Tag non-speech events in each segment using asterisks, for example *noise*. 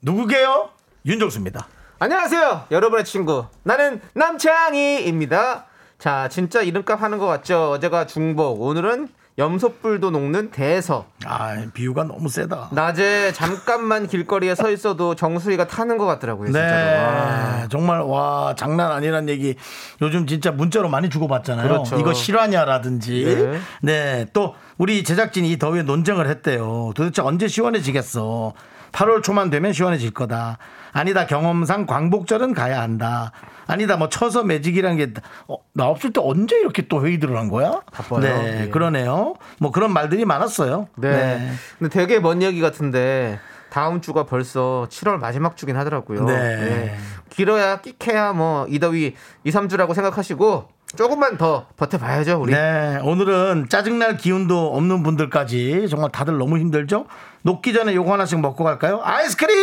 누구게요? 윤정수입니다. 안녕하세요 여러분의 친구 나는 남창희입니다 자 진짜 이름값 하는 것 같죠 어제가 중복 오늘은 염소뿔도 녹는 대서 아 비유가 너무 세다. 낮에 잠깐만 길거리에 서 있어도 정수리가 타는 것 같더라고요 진짜로 아, 와. 네, 정말 와 장난 아니란 얘기 요즘 진짜 문자로 많이 주고받잖아요. 그렇죠. 이거 실화냐라든지, 네. 네, 또 우리 제작진이 이 더위에 논쟁을 했대요. 도대체 언제 시원해지겠어? 8월 초만 되면 시원해질 거다. 아니다 경험상 광복절은 가야 한다. 아니다 뭐 쳐서 매직이란 게나 없을 때 언제 이렇게 또 회의들을 한 거야? 바빠요. 네, 예. 그러네요. 뭐 그런 말들이 많았어요. 네. 근데 되게 먼 얘기 같은데 다음 주가 벌써 7월 마지막 주긴 하더라고요 네. 길어야 끽해야 뭐 이 더위 2, 3주라고 생각하시고 조금만 더 버텨봐야죠 우리 네, 오늘은 짜증날 기운도 없는 분들까지 정말 다들 너무 힘들죠? 녹기 전에 요거 하나씩 먹고 갈까요? 아이스크림!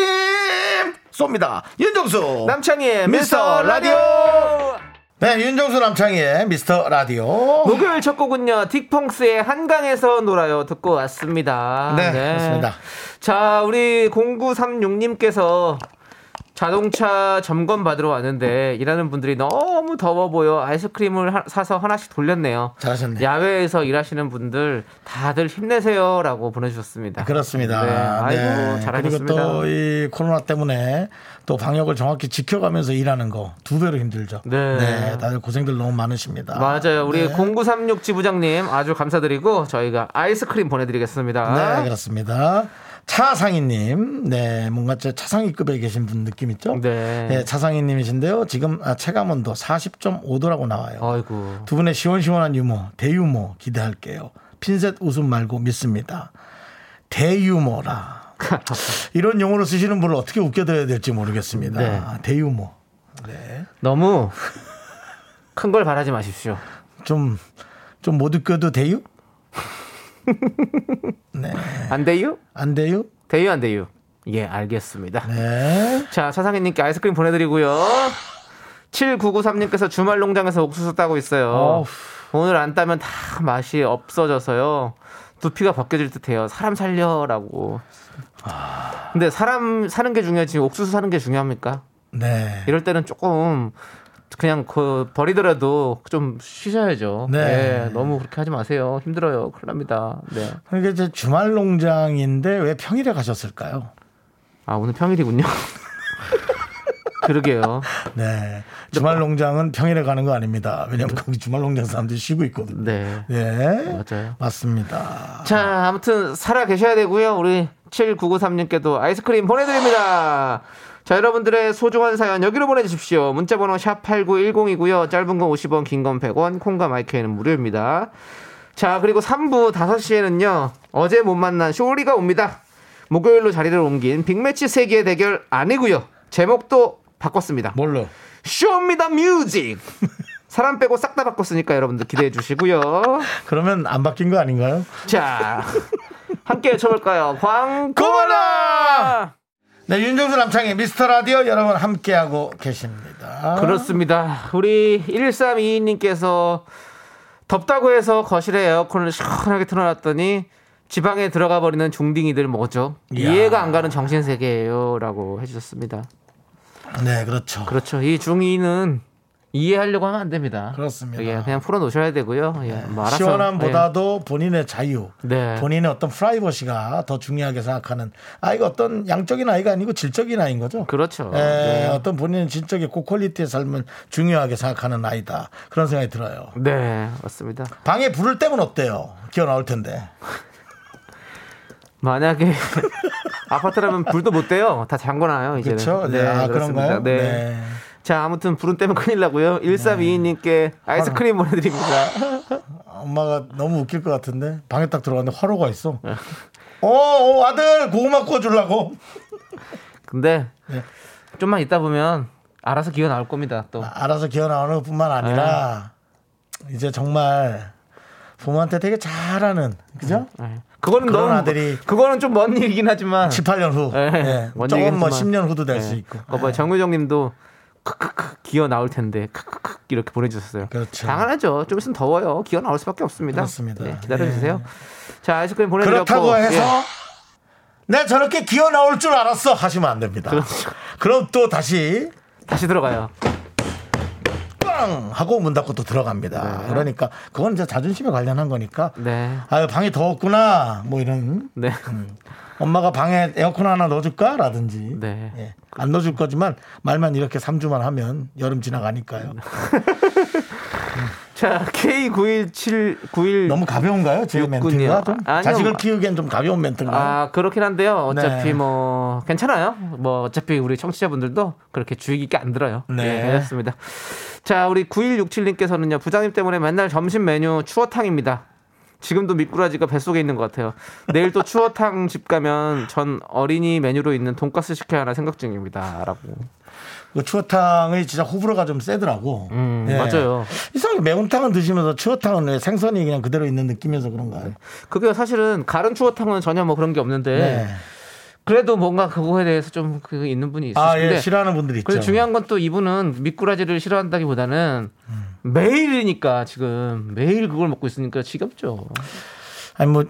쏩니다. 윤정수! 남창희의 미스터 미스터 라디오. 네, 윤정수 남창희의 미스터 라디오. 목요일 첫 곡은요 딕펑스의 한강에서 놀아요 듣고 왔습니다. 네, 그렇습니다. 자 우리 0936님께서 자동차 점검 받으러 왔는데 일하는 분들이 너무 더워 보여 아이스크림을 하- 사서 하나씩 돌렸네요. 잘하셨네. 야외에서 일하시는 분들 다들 힘내세요라고 보내주셨습니다. 그렇습니다. 네, 아이고 네, 잘하셨습니다. 그리고 또 이 코로나 때문에 또 방역을 정확히 지켜가면서 일하는 거 두 배로 힘들죠. 네. 다들 고생들 너무 많으십니다. 맞아요. 우리 네. 0936 지부장님 아주 감사드리고 저희가 아이스크림 보내드리겠습니다. 네, 그렇습니다. 차상희님, 네, 뭔가 제 차상위급에 계신 분 느낌 있죠? 네. 차상희님이신데요. 지금 아, 체감온도 40.5도라고 나와요. 어. 아이고. 두 분의 시원시원한 유머, 대유머 기대할게요. 핀셋 웃음 말고 믿습니다. 대유머라. *laughs* 이런 용어를 쓰시는 분을 어떻게 웃겨드려야 될지 모르겠습니다. 네. 대유머. 너무 큰 걸 바라지 마십시오. 좀, 좀 못 웃겨도 *laughs* 대유? 네. 안 돼요? 안 돼요? 돼요, 안 돼요? 예, 알겠습니다. 네. 자, 차상희님께 아이스크림 보내드리고요. 7993님께서 주말 농장에서 옥수수 따고 있어요. 어후. 오늘 안 따면 다 맛이 없어져서요. 두피가 벗겨질 듯해요. 사람 살려라고. 아. 근데 사람 사는 게 중요하지 옥수수 사는 게 중요합니까? 네. 이럴 때는 조금 그냥 그 버리더라도 좀 쉬셔야죠. 네. 네. 너무 그렇게 하지 마세요. 힘들어요. 큰일 납니다. 네. 그러니까 이제 주말 농장인데 왜 평일에 가셨을까요? 아 오늘 평일이군요. *laughs* 그러게요. 네. 주말 농장은 평일에 가는 거 아닙니다. 왜냐면 거기 주말 농장 사람들이 쉬고 있거든요. 네. 네. 맞아요. 맞습니다. 자 아무튼 살아 계셔야 되고요. 우리 7993님께도 아이스크림 보내드립니다. 자 여러분들의 소중한 사연 여기로 보내주십시오. 문자번호 샵 8910이고요. 짧은 건 50원 긴 건 100원 콩과 마이크에는 무료입니다. 자 그리고 3부 5시에는요. 어제 못 만난 쇼리가 옵니다. 목요일로 자리를 옮긴 빅매치 세계 대결 아니고요. 제목도 바꿨습니다. 뭘로? 쇼입니다 뮤직 *laughs* 사람 빼고 싹 다 바꿨으니까 여러분들 기대해 주시고요 그러면 안 바뀐 거 아닌가요? 자 함께 외쳐볼까요 아, 고마워! 광고나 네. 윤정수 남창의 미스터 라디오 여러분 함께하고 계십니다. 그렇습니다 우리 1322님께서 덥다고 해서 거실에 에어컨을 시원하게 틀어놨더니 지방에 들어가 버리는 중딩이들 뭐죠 이야. 이해가 안 가는 정신세계예요 라고 해주셨습니다 네. 그렇죠. 그렇죠 이 중2는 이해하려고 하면 안 됩니다 그렇습니다. 예, 그냥 풀어놓으셔야 되고요 예, 뭐 알아서, 예. 시원함보다도 본인의 자유, 네. 본인의 어떤 프라이버시가 더 중요하게 생각하는 아이가 어떤 양적인 아이가 아니고 질적인 아이인 거죠. 그렇죠. 예, 네. 어떤 본인은 진적의 고퀄리티의 삶을 중요하게 생각하는 아이다. 그런 생각이 들어요. 네, 맞습니다. 방에 불을 떼면 어때요? 기어 나올 텐데. *laughs* 만약에 아파트라면 불도 못 떼요. 다 잠궈놔요, 이제는. 그렇죠? 네, 아, 그런가요? 네. 네. 자, 아무튼 불은 떼면 큰일 나고요. 1322님께 네. 아이스크림 보내드립니다. 엄마가 너무 웃길 것 같은데 방에 딱 들어갔는데 네. 화로가 있어. 어, 어, 아들 고구마 구워 주려고. 근데 네. 좀만 있다 보면 알아서 기어 나올 겁니다. 또 아, 알아서 기어 나오는 것뿐만 아니라 네. 이제 정말 부모한테 되게 잘하는 그죠? 예. 그거는 그런 너무 아들이- 그거는 좀 먼 일이긴 하지만 18년 후, 예, 예. 뭔 조금 뭐 얘기겠지만. 10년 후도 될 수 있고. 네. 어, 뭐 정유정님도 크크크 기어 나올 텐데 크크크 이렇게 보내주셨어요. 그렇죠. 당연하죠. 좀 있으면 더워요. 기어 나올 수밖에 없습니다. 네, 그렇습니다. 예. 기다려주세요. 자 아이스크림 보내드렸고 그렇다고 해서 예. 내 저렇게 기어 나올 줄 알았어 하시면 안 됩니다. 그렇죠. 그럼 또 다시 예, 다시 들어가요. 빵 하고 문 닫고 또 들어갑니다. 그러니까 그건 이제 자존심에 관련한 거니까. 네. 아유 방이 더웠구나 뭐 이런 네. 음. 엄마가 방에 에어컨 하나 넣어줄까 라든지 네. 예. 안 넣어줄 거지만 말만 이렇게 3주만 하면 여름 지나가니까요. 네. 자 K 917 91 너무 가벼운가요? 제 육군이요. 멘트가 좀 아, 아니요. 자식을 키우기엔 좀 가벼운 멘트인가요? 아 그렇긴 한데요. 어차피 네. 뭐 괜찮아요. 뭐 어차피 우리 청취자분들도 그렇게 주의 깊게 안 들어요. 네. 네, 그렇습니다. 자 우리 9167님께서는요 부장님 때문에 맨날 점심 메뉴 추어탕입니다. 지금도 미꾸라지가 뱃속에 있는 것 같아요. 내일 또 추어탕 집 가면 전 어린이 메뉴로 있는 돈가스 시켜야 하나 생각 중입니다라고. 그 추어탕이 진짜 호불호가 좀 세더라고. 음, 예. 맞아요. 이상하게 매운탕은 드시면서 추어탕은 왜 생선이 그냥 그대로 있는 느낌이어서 그런가요? 그게 사실은 가른 추어탕은 전혀 뭐 그런 게 없는데 네. 그래도 뭔가 그거에 대해서 좀 그 있는 분이 있으신데 아, 예, 싫어하는 분들 있죠. 그리고 중요한 건 또 이분은 미꾸라지를 싫어한다기보다는 음. 매일이니까 지금 매일 그걸 먹고 있으니까 지겹죠. 아니 뭐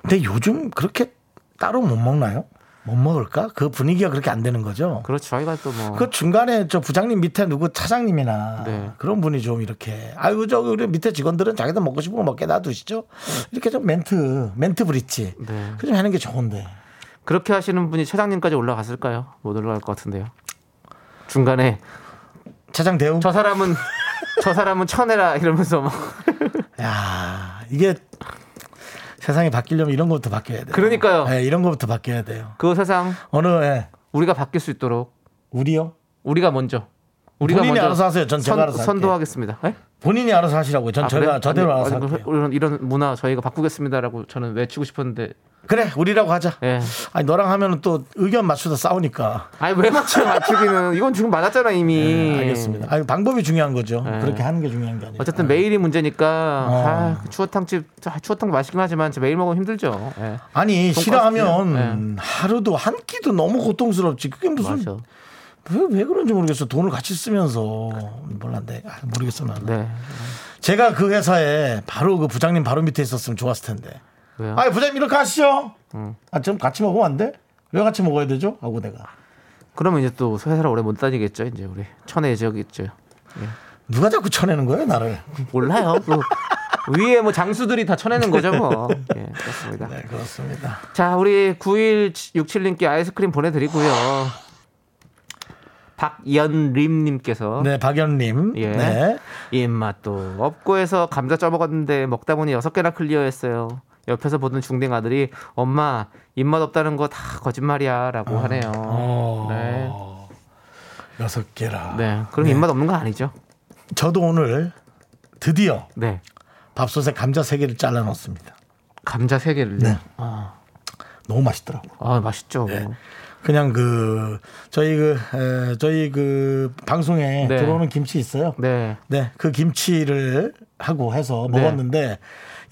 근데 요즘 그렇게 따로 못 먹나요? 못 먹을까? 그 분위기가 그렇게 안 되는 거죠. 그렇죠. 저희가 또 뭐. 그 중간에 저 부장님 밑에 누구 차장님이나 네. 그런 분이 좀 이렇게 아유 저 우리 밑에 직원들은 자기들 먹고 싶은 거 먹게 놔두시죠. 이렇게 좀 멘트 멘트 브릿지 네. 그 좀 하는 게 좋은데 그렇게 하시는 분이 차장님까지 올라갔을까요? 못 올라갈 것 같은데요. 중간에 차장 대우. 저 사람은 저 사람은 쳐내라 이러면서 뭐. 막 야 이게 세상이 바뀌려면 이런 것부터 바뀌어야 그렇죠. 돼요. *laughs* 그러니까요. 예, 이런 것부터 바뀌어야 돼요. 그 세상 어느 예, 우리가 바뀔 수 있도록 우리요? 우리가 먼저 우리가 본인이 먼저 알아서 하세요. 전 제가 알아서 할게요. 선도하겠습니다. 예? 본인이 알아서 하시라고요. 전 아, 저희가 그래요? 저대로 아니, 알아서 아니, 할게요. 이런 이런 문화 저희가 바꾸겠습니다라고 저는 외치고 싶었는데 그래 우리라고 하자. 예. 아니 너랑 하면은 또 의견 맞추다 싸우니까. 아니 왜 맞춰 맞추기는 이건 지금 맞았잖아 이미. 네, 알겠습니다. 네. 아니 방법이 중요한 거죠. 네. 그렇게 하는 게 중요한 게 아니라. 예. 어쨌든 매일이 문제니까 어. 아, 그 추어탕집 아, 추어탕 맛있긴 하지만 진짜 매일 먹으면 힘들죠. 예. 아니 돈가스 싫어하면 하루도 한 끼도 너무 고통스럽지. 그게 예. 맞아. 무슨 왜, 왜 그런지 모르겠어. 돈을 같이 쓰면서 몰랐네. 아, 모르겠어 나는. 네. 제가 그 회사에 바로 그 부장님 바로 밑에 있었으면 좋았을 텐데. 왜요? 아 부장님 이렇게 하시죠. 아, 좀 같이 먹으면 안 돼? 왜 같이 먹어야 되죠? 하고 내가 그러면 이제 또 회사를 오래 못 다니겠죠. 이제 우리 천혜 지역이겠죠. 누가 자꾸 쳐내는 거예요 나를. 몰라요. 그 위에 뭐 장수들이 다 쳐내는 거죠 뭐. 예, 그렇습니다. 네 그렇습니다. 자, 우리 9167님께 아이스크림 보내드리고요. 박연림님께서 네 박연님. 어? 예. 네. 입맛도 없고 해서 감자 쪄먹었는데 먹다 보니 여섯 개나 클리어했어요. 옆에서 보던 중딩 아들이 엄마 입맛 없다는 거 다 거짓말이야라고 하네요. 아. 어. 네. 여섯 개라. 네. 그럼 입맛 없는 거 아니죠? 저도 오늘 드디어 네. 밥솥에 감자 세 개를 잘라 넣었습니다. 감자 세 개를. 네. 요 아, 너무 맛있더라고. 아, 맛있죠. 그냥 그 저희 그 에, 저희 그 방송에 네. 들어오는 김치 있어요. 네. 네, 그 김치를 하고 해서 네. 먹었는데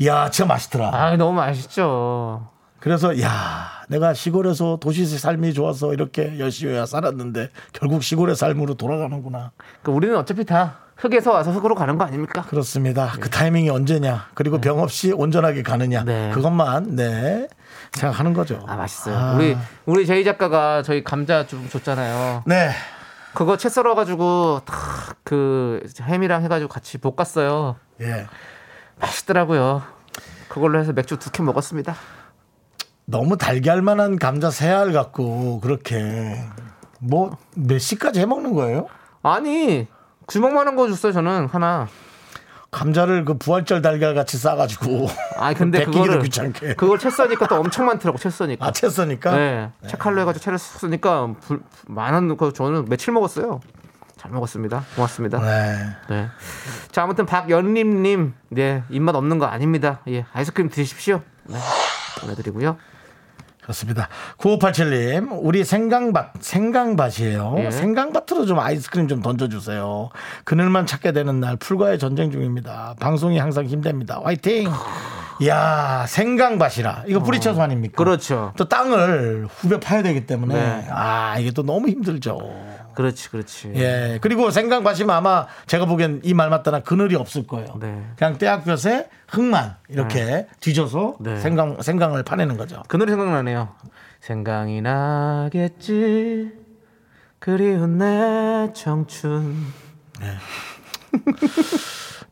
야, 진짜 맛있더라. 아, 너무 맛있죠. 그래서 야, 내가 시골에서 도시의 삶이 좋아서 이렇게 열심히 살았는데 결국 시골의 삶으로 돌아가는구나. 그 우리는 어차피 다 흙에서 와서 흙으로 가는 거 아닙니까? 그렇습니다. 그 타이밍이 언제냐? 그리고 병 없이 온전하게 가느냐? 예. 네. 그것만 네 생각하는 거죠. 아, 맛있어요. 아. 우리 우리 제이 작가가 저희 감자 좀 줬잖아요. 네. 그거 채 썰어가지고 다그 햄이랑 해가지고 같이 볶았어요. 예. 맛있더라고요. 그걸로 해서 맥주 두 캔 먹었습니다. 너무 달걀만한 감자 세 알 갖고 그렇게 뭐 몇 시까지 해 먹는 거예요? 아니 주먹만한 거 줬어요. 저는 하나. 감자를 그 부활절 달걀 같이 싸가지고 아 *laughs* 근데 베끼기도 그거를 귀찮게. 그걸 채 써니까 또 엄청 많더라고 채 써니까. 아 채써니까 네, 채 칼로 해가지고 채를 쓰니까 불, 많은 거 저는 며칠 먹었어요. 잘 먹었습니다. 고맙습니다. 네. 네. 자, 아무튼 박연림님, 네 입맛 없는 거 아닙니다. 예, 아이스크림 드십시오. 네, 보내드리고요. 그렇습니다. 9587님, 우리 생강밭, 생강밭이에요. 예. 생강밭으로 좀 아이스크림 좀 던져주세요. 그늘만 찾게 되는 날, 풀과의 전쟁 중입니다. 방송이 항상 힘듭니다. 화이팅! 이야, 생강밭이라. 이거 뿌리쳐서 아닙니까? 어. 그렇죠. 또 땅을 후벼 파야 되기 때문에, 네. 어. 아, 이게 또 너무 힘들죠. 그렇지, 그렇지. 예. 그리고 생강 밭이면 아마 제가 보기엔 이 말 맞다나 그늘이 없을 거예요. 네. 그냥 떼학볕에 흙만 이렇게 뒤져서 네. 생강 생강을 파내는 거죠. 그 노래 생각나네요. 생각이 나겠지. 그리운 내 청춘.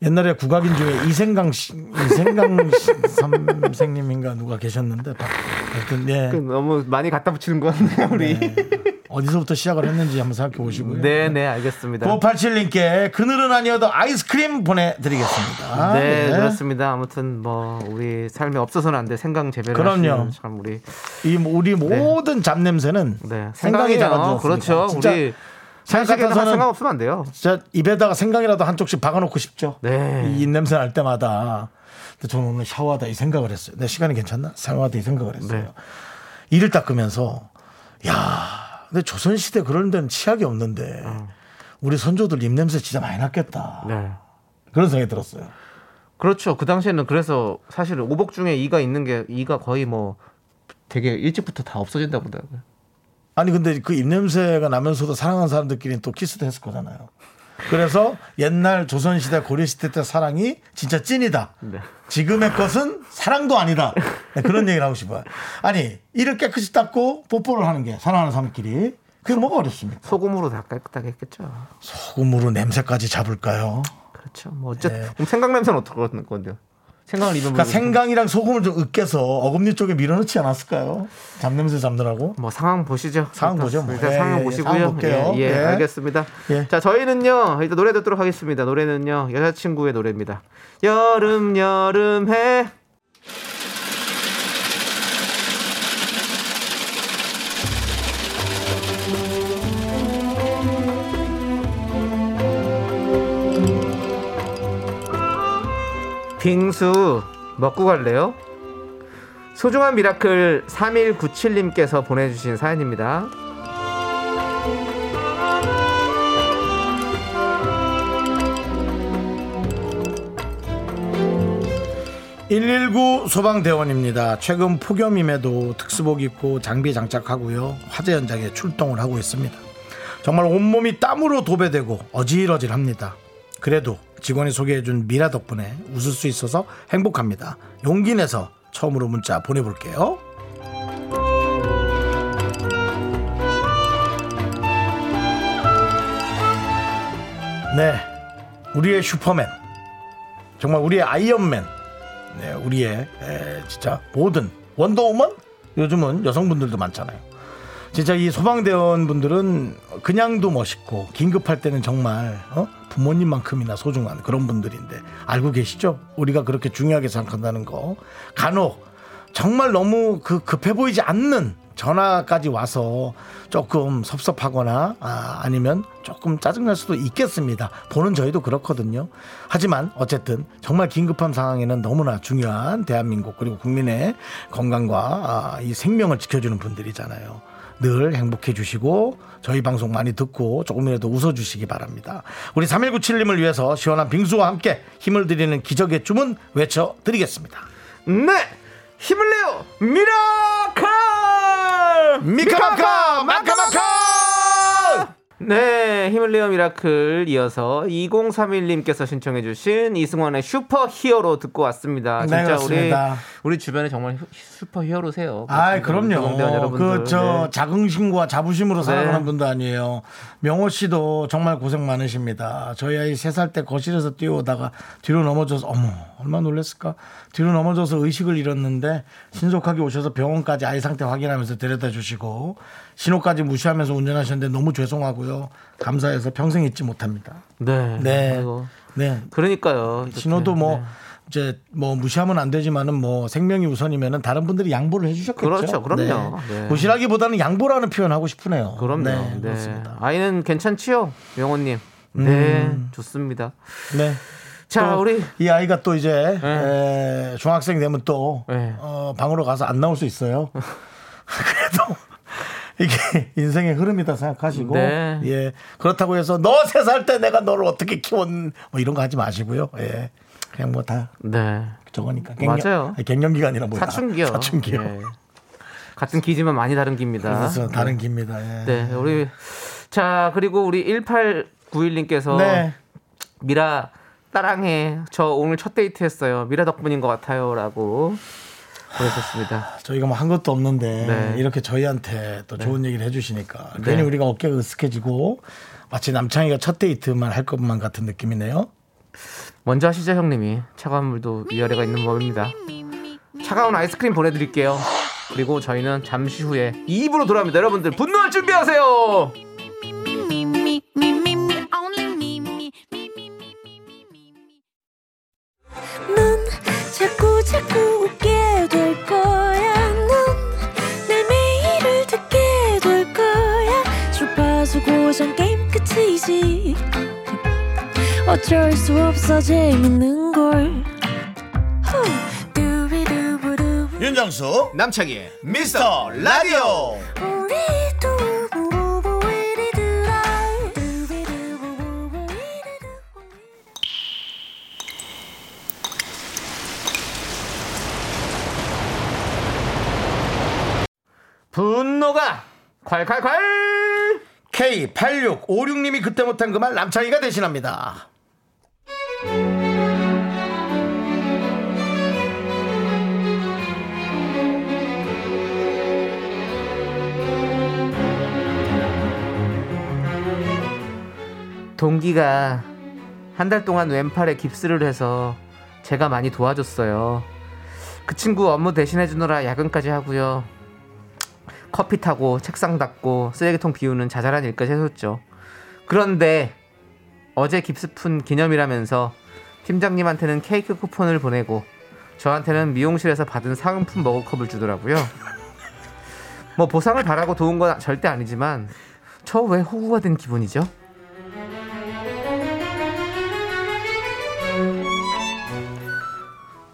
옛날에 국악인 중에 이생강 씨, 이생강 씨 선생님인가 누가 계셨는데 박- 하여튼 예. 그 너무 많이 갖다 붙이는 것 같네요, 우리. *laughs* 어디서부터 시작을 했는지 한번 생각해 보시고요. 네, 네, 알겠습니다. 987님께 그늘은 아니어도 아이스크림 보내드리겠습니다. 네, 예. 그렇습니다. 아무튼 뭐 우리 삶에 없어서는 안 될 생각 재배를 그럼요. 하시는 참 우리 이 우리 모든 잡냄새는 네, 생강이 생각이죠. 잡아주었습니다. 그렇죠. 진짜 우리 생각해서는 생각에는 생각 없으면 안 돼요. 진짜 입에다가 생강이라도 한쪽씩 박아놓고 싶죠. 네. 이 입냄새 날 때마다. 근데 저는 오늘 샤워하다 이 생각을 했어요. 내 시간이 괜찮나? 샤워하다 이 생각을 했어요. 네. 이를 닦으면서 야, 근데 조선 시대 그런 데는 치약이 없는데 우리 선조들 입냄새 진짜 많이 났겠다. 음. 네. 그런 생각이 들었어요. 그렇죠. 그 당시에는 그래서 사실 오복 중에 이가 있는 게 이가 거의 뭐 되게 일찍부터 다 없어진다 보더라고요. 아니 근데 그 입냄새가 나면서도 사랑하는 사람들끼리는 또 키스도 했을 거잖아요. 그래서 옛날 조선 시대 고려 시대 때 사랑이 진짜 찐이다. 네. 지금의 것은 사랑도 아니다. 네, 그런 얘기를 하고 싶어요. 아니 이를 깨끗이 닦고 뽀뽀를 하는 게 사랑하는 사람끼리 그게 뭐가 어렵습니까? 소금으로 다 깨끗하게 했겠죠. 소금으로 냄새까지 잡을까요? 그렇죠. 뭐 어쨌든 그럼 생강 냄새는 어떻게 그러는 건데요? 생강을 네. 입으면 그러니까 생강이랑 소금을 좀 으깨서 어금니 쪽에 밀어넣지 않았을까요? 잡냄새 잡느라고. 뭐 상황 보시죠. 상황 일단, 보죠, 뭐. 일단 예, 상황 예, 보시고요. 상황 볼게요. 예, 예, 예. 알겠습니다. 예. 자, 저희는요. 일단 노래 듣도록 하겠습니다. 노래는요. 여자친구의 노래입니다. 여름 여름해. 빙수 먹고 갈래요? 소중한 미라클 3197님께서 보내주신 사연입니다. 119 소방대원입니다. 최근 폭염임에도 특수복 입고 장비 장착하고요. 화재 현장에 출동을 하고 있습니다. 정말 온몸이 땀으로 도배되고 어질어질합니다. 그래도 직원이 소개해준 미라 덕분에 웃을 수 있어서 행복합니다. 용기 내서 처음으로 문자 보내볼게요. 네, 우리의 슈퍼맨, 정말 우리의 아이언맨, 네, 우리의 에, 진짜 모든 원더우먼 요즘은 여성분들도 많잖아요. 진짜 이 소방대원 분들은 그냥도 멋있고 긴급할 때는 정말 어? 부모님만큼이나 소중한 그런 분들인데 알고 계시죠? 우리가 그렇게 중요하게 생각한다는 거 간혹 정말 너무 그 급해 보이지 않는 전화까지 와서 조금 섭섭하거나 아, 아니면 조금 짜증날 수도 있겠습니다. 보는 저희도 그렇거든요. 하지만 어쨌든 정말 긴급한 상황에는 너무나 중요한 대한민국 그리고 국민의 건강과 아, 이 생명을 지켜주는 분들이잖아요. 늘 행복해 주시고 저희 방송 많이 듣고 조금이라도 웃어 주시기 바랍니다. 우리 3197님을 위해서 시원한 빙수와 함께 힘을 드리는 기적의 주문 외쳐 드리겠습니다. 네! 힘을 내요! 미라클! 미카마카 마카마카 네, 힘을 내요 미라클 이어서 2031님께서 신청해 주신 이승원의 슈퍼 히어로 듣고 왔습니다. 네, 진짜 그렇습니다. 우리 우리 주변에 정말 휴- 슈퍼 히어로세요. 아, 동대원 그럼요. 뭐 여러분들. 그저 자긍심과 자부심으로 살아가는 네. 분도 아니에요. 명호 씨도 정말 고생 많으십니다. 저희 아이 세 살 때 거실에서 뛰어오다가 뒤로 넘어져서 어머 얼마나 놀랐을까? 뒤로 넘어져서 의식을 잃었는데 신속하게 오셔서 병원까지 아이 상태 확인하면서 데려다 주시고 신호까지 무시하면서 운전하셨는데 너무 죄송하고요. 감사해서 평생 잊지 못합니다. 네. 네. 네. 아이고. 네. 그러니까요. 이렇게. 신호도 뭐 네. 이제 뭐 무시하면 안 되지만은 뭐 생명이 우선이면은 다른 분들이 양보를 해주셨겠죠. 그렇죠, 그럼요. 네. 무시하기보다는 양보라는 표현 하고 싶으네요. 그럼요. 네, 네. 그렇습니다. 아이는 괜찮지요? 명호님. 네, 좋습니다. 네. 자, 음. 또 우리 이 아이가 또 이제 에, 중학생 되면 또 네. *laughs* 어, 방으로 가서 안 나올 수 있어요. 그래도 이게 인생의 흐름이다 생각하시고 네. 예 그렇다고 해서 너 세 살 때 내가 너를 어떻게 키웠는 뭐 이런 거 하지 마시고요 예 그냥 뭐 다 네. 저거니까 맞아요. 아니, 갱년기가 아니라 뭐야 사춘기요. 사춘기요 예. 같은 기지만 많이 다른 기입니다. 그래서 다른 기입니다 예. 네, 우리 자 그리고 우리 1891님께서 네. 미라 따랑해 저 오늘 첫 데이트 했어요 미라 덕분인 것 같아요라고 보내셨습니다. 저희가 뭐 한 것도 없는데 네. 이렇게 저희한테 또 좋은 얘기를 해주시니까 괜히 우리가 어깨가 으쓱해지고 마치 남창희가 첫 데이트만 할 것만 같은 느낌이네요. 먼저 하시죠 형님이 차가운 물도 위아래가 있는 법입니다. 차가운 아이스크림 보내드릴게요. 그리고 저희는 잠시 후에 2부로 돌아옵니다. 여러분들 분노할 준비하세요. me, me, me, me, me, only me, me, me, me, me, me, me, me, me. 넌 자꾸 자꾸 웃게 될 거야. 넌내 매일을 듣게 될 거야. 주파수 고정 게임 끝이지. 어쩔 수 없어 재밌는 걸. 후. 두비두부두. 윤정수 남창희의 미스터 라디오 우리 두부부부 우리 두라. 두비두부부부 우리 두부부. 분노가 콸콸콸 K8656님이 그때 못한 그 말 남창희가 대신합니다. 동기가 한 달 동안 왼팔에 깁스를 해서 제가 많이 도와줬어요. 그 친구 업무 대신해 주느라 야근까지 하고요. 커피 타고 책상 닦고 쓰레기통 비우는 자잘한 일까지 해줬죠. 그런데 어제 깁스 푼 기념이라면서 팀장님한테는 케이크 쿠폰을 보내고 저한테는 미용실에서 받은 상품 머그컵을 주더라고요. 뭐 보상을 바라고 도운 건 절대 아니지만 저 왜 호구가 된 기분이죠?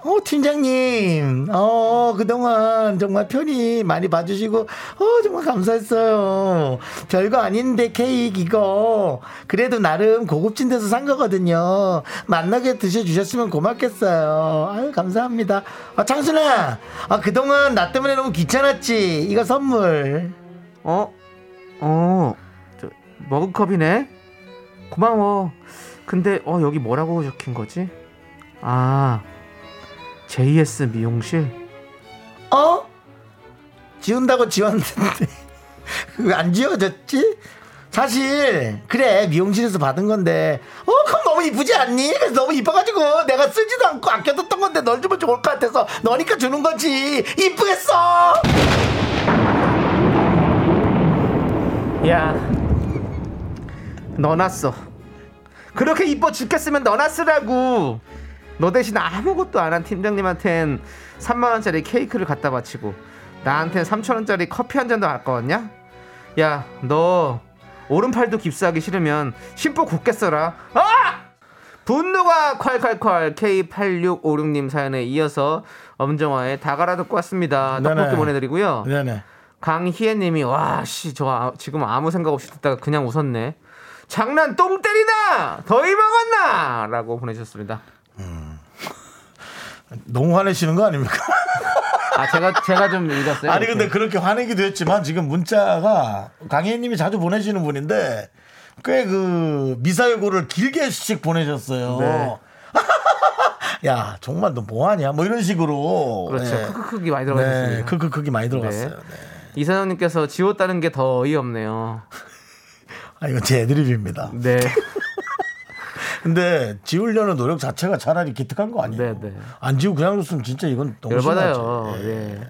어 팀장님 어 그동안 정말 편히 많이 봐주시고 어 정말 감사했어요 별거 아닌데 케이크 이거 그래도 나름 고급진 데서 산 거거든요 만나게 드셔주셨으면 고맙겠어요 아유 감사합니다 아 창순아 아 그동안 나 때문에 너무 귀찮았지 이거 선물 어? 어? 저, 머그컵이네? 고마워. 근데, 어, 여기 뭐라고 적힌 거지? 아, JS 미용실? 어? 지운다고 지웠는데 *laughs* 그거 안 지워졌지? 사실 그래 미용실에서 받은 건데 어 그럼 너무 이쁘지 않니? 그래서 너무 이뻐가지고 내가 쓰지도 않고 아껴뒀던 건데 널 주면 좋을 것 같아서 너니까 주는 거지 이쁘겠어 야, 넣어놨어. 그렇게 이뻐 죽겠으면 넣어놨으라고! 너 대신 아무것도 안 한 팀장님한텐 3만원짜리 케이크를 갖다 바치고, 나한텐 3천원짜리 커피 한 잔도 아까웠냐? 야, 너, 오른팔도 깁스하기 싫으면 심포 곱게 써라. 아! 분노가 콸콸콸 K8656님 사연에 이어서 엄정화의 다가라 듣고 왔습니다. 네네. 떡볶이 보내드리고요. 네네 강희애님이 와씨 저 아- 지금 아무 생각 없이 듣다가 그냥 웃었네. 장난 똥 때리나 더위 먹었나라고 보내주셨습니다. 너무 화내시는 거 아닙니까? 아 제가 제가 좀 읽었어요. 아니 근데 그렇게 화내기도 했지만 지금 문자가 강혜님이 자주 보내시는 분인데 꽤 그 미사여고를 길게씩 보내셨어요. 네. *laughs* 야 정말 너 뭐하냐 뭐 이런 식으로 그렇죠. 네. 크크크기 많이 네, 들어가셨습니다. 크크 크기 많이 들어갔어요. 네. 이사장님께서 지웠다는 게 더 어이없네요. 아 이건 제 애드립입니다. *laughs* 네. 근데 지우려는 노력 자체가 차라리 기특한 거 아니에요? 네, 네. 안 지우 그냥 줬으면 진짜 이건 너무 네. 열받아요. 심하죠. 예.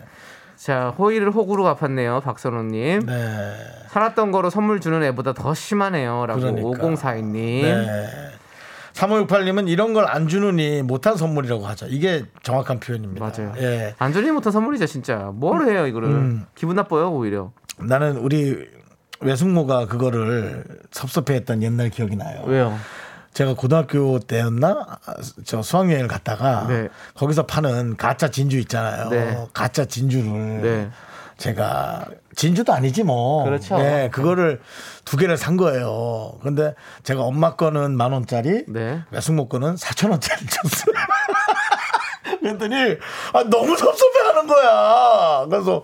자 호의를 호구로 갚았네요, 박선호님. 네. 살았던 거로 선물 주는 애보다 더 심하네요라고 그러니까. 5042님. 네. 3568님은 이런 걸 안 주느니 못한 선물이라고 하죠. 이게 정확한 표현입니다. 맞아요. 예. 안 줄리 못한 선물이죠, 진짜. 뭘 해요, 이거를. 음. 기분 나빠요, 오히려. 나는 우리 외숙모가 그거를 섭섭해했던 옛날 기억이 나요. 왜요? 제가 고등학교 때였나 아, 저 수학여행을 갔다가 네. 거기서 파는 가짜 진주 있잖아요. 네. 가짜 진주를 네. 제가 진주도 아니지 뭐. 그렇죠. 네, 그거를 두 개를 산 거예요. 근데 제가 엄마 거는 만 원짜리, 네. 외숙모 거는 사천 원짜리 줬어요. *laughs* 그랬더니 아, 너무 섭섭해하는 거야. 그래서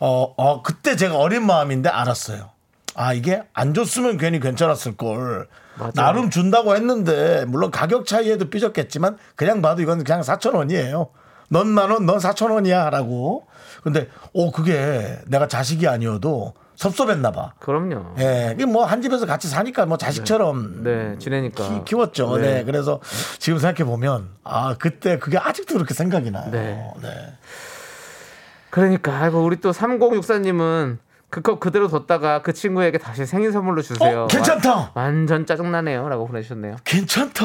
어, 어, 그때 제가 어린 마음인데 알았어요. 아 이게 안 줬으면 괜히 괜찮았을 걸. 맞아요. 나름 준다고 했는데 물론 가격 차이에도 삐졌겠지만 그냥 봐도 이건 그냥 4천 원이에요. 넌 만 원, 넌 4천 원이야라고. 근데 어 그게 내가 자식이 아니어도 섭섭했나 봐. 그럼요. 예, 이게 뭐 한 집에서 같이 사니까 뭐 자식처럼 네, 지내니까. 키- 키웠죠. 네. 네. 그래서 지금 생각해 보면 아 그때 그게 아직도 그렇게 생각이 나요. 네. 네. 그러니까 아이고 우리 또 3064님은 그 컵 그대로 뒀다가 그 친구에게 다시 생일 선물로 주세요. 어, 괜찮다. 와- 완전 짜증나네요라고 보내주셨네요. 괜찮다.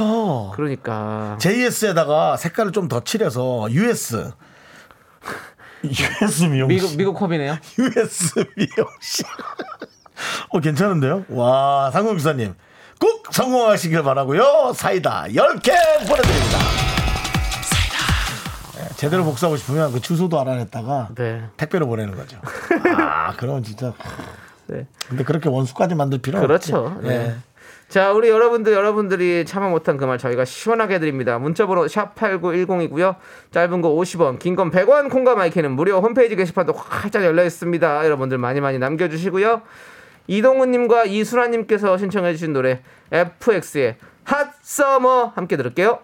그러니까 JS에다가 색깔을 좀 더 칠해서 US. US 미국 미용실. 미국 컵이네요. US 미용실. *laughs* 어 괜찮은데요? 와 상공기사님 꼭 성공하시길 바라고요. 사이다 10개 보내드립니다. 사이다. 예, 제대로 복수하고 싶으면 그 주소도 알아냈다가 네. 택배로 보내는 *laughs* 거죠. 아, 그러면 진짜. 네. 근데 그렇게 원수까지 만들 필요는 그렇죠. 없지. *laughs* 네. 자, 우리 여러분들 여러분들이 참아 못한 그 말 저희가 시원하게 해 드립니다. 문자 번호 샵 8910이고요. 짧은 거 50원, 긴 건 100원, 콩과 마이크는 무료 홈페이지 게시판도 활짝 열려 있습니다. 여러분들 많이 많이 남겨 주시고요. 이동훈 님과 이순아 님께서 신청해 주신 노래 FX의 핫 서머 함께 들을게요.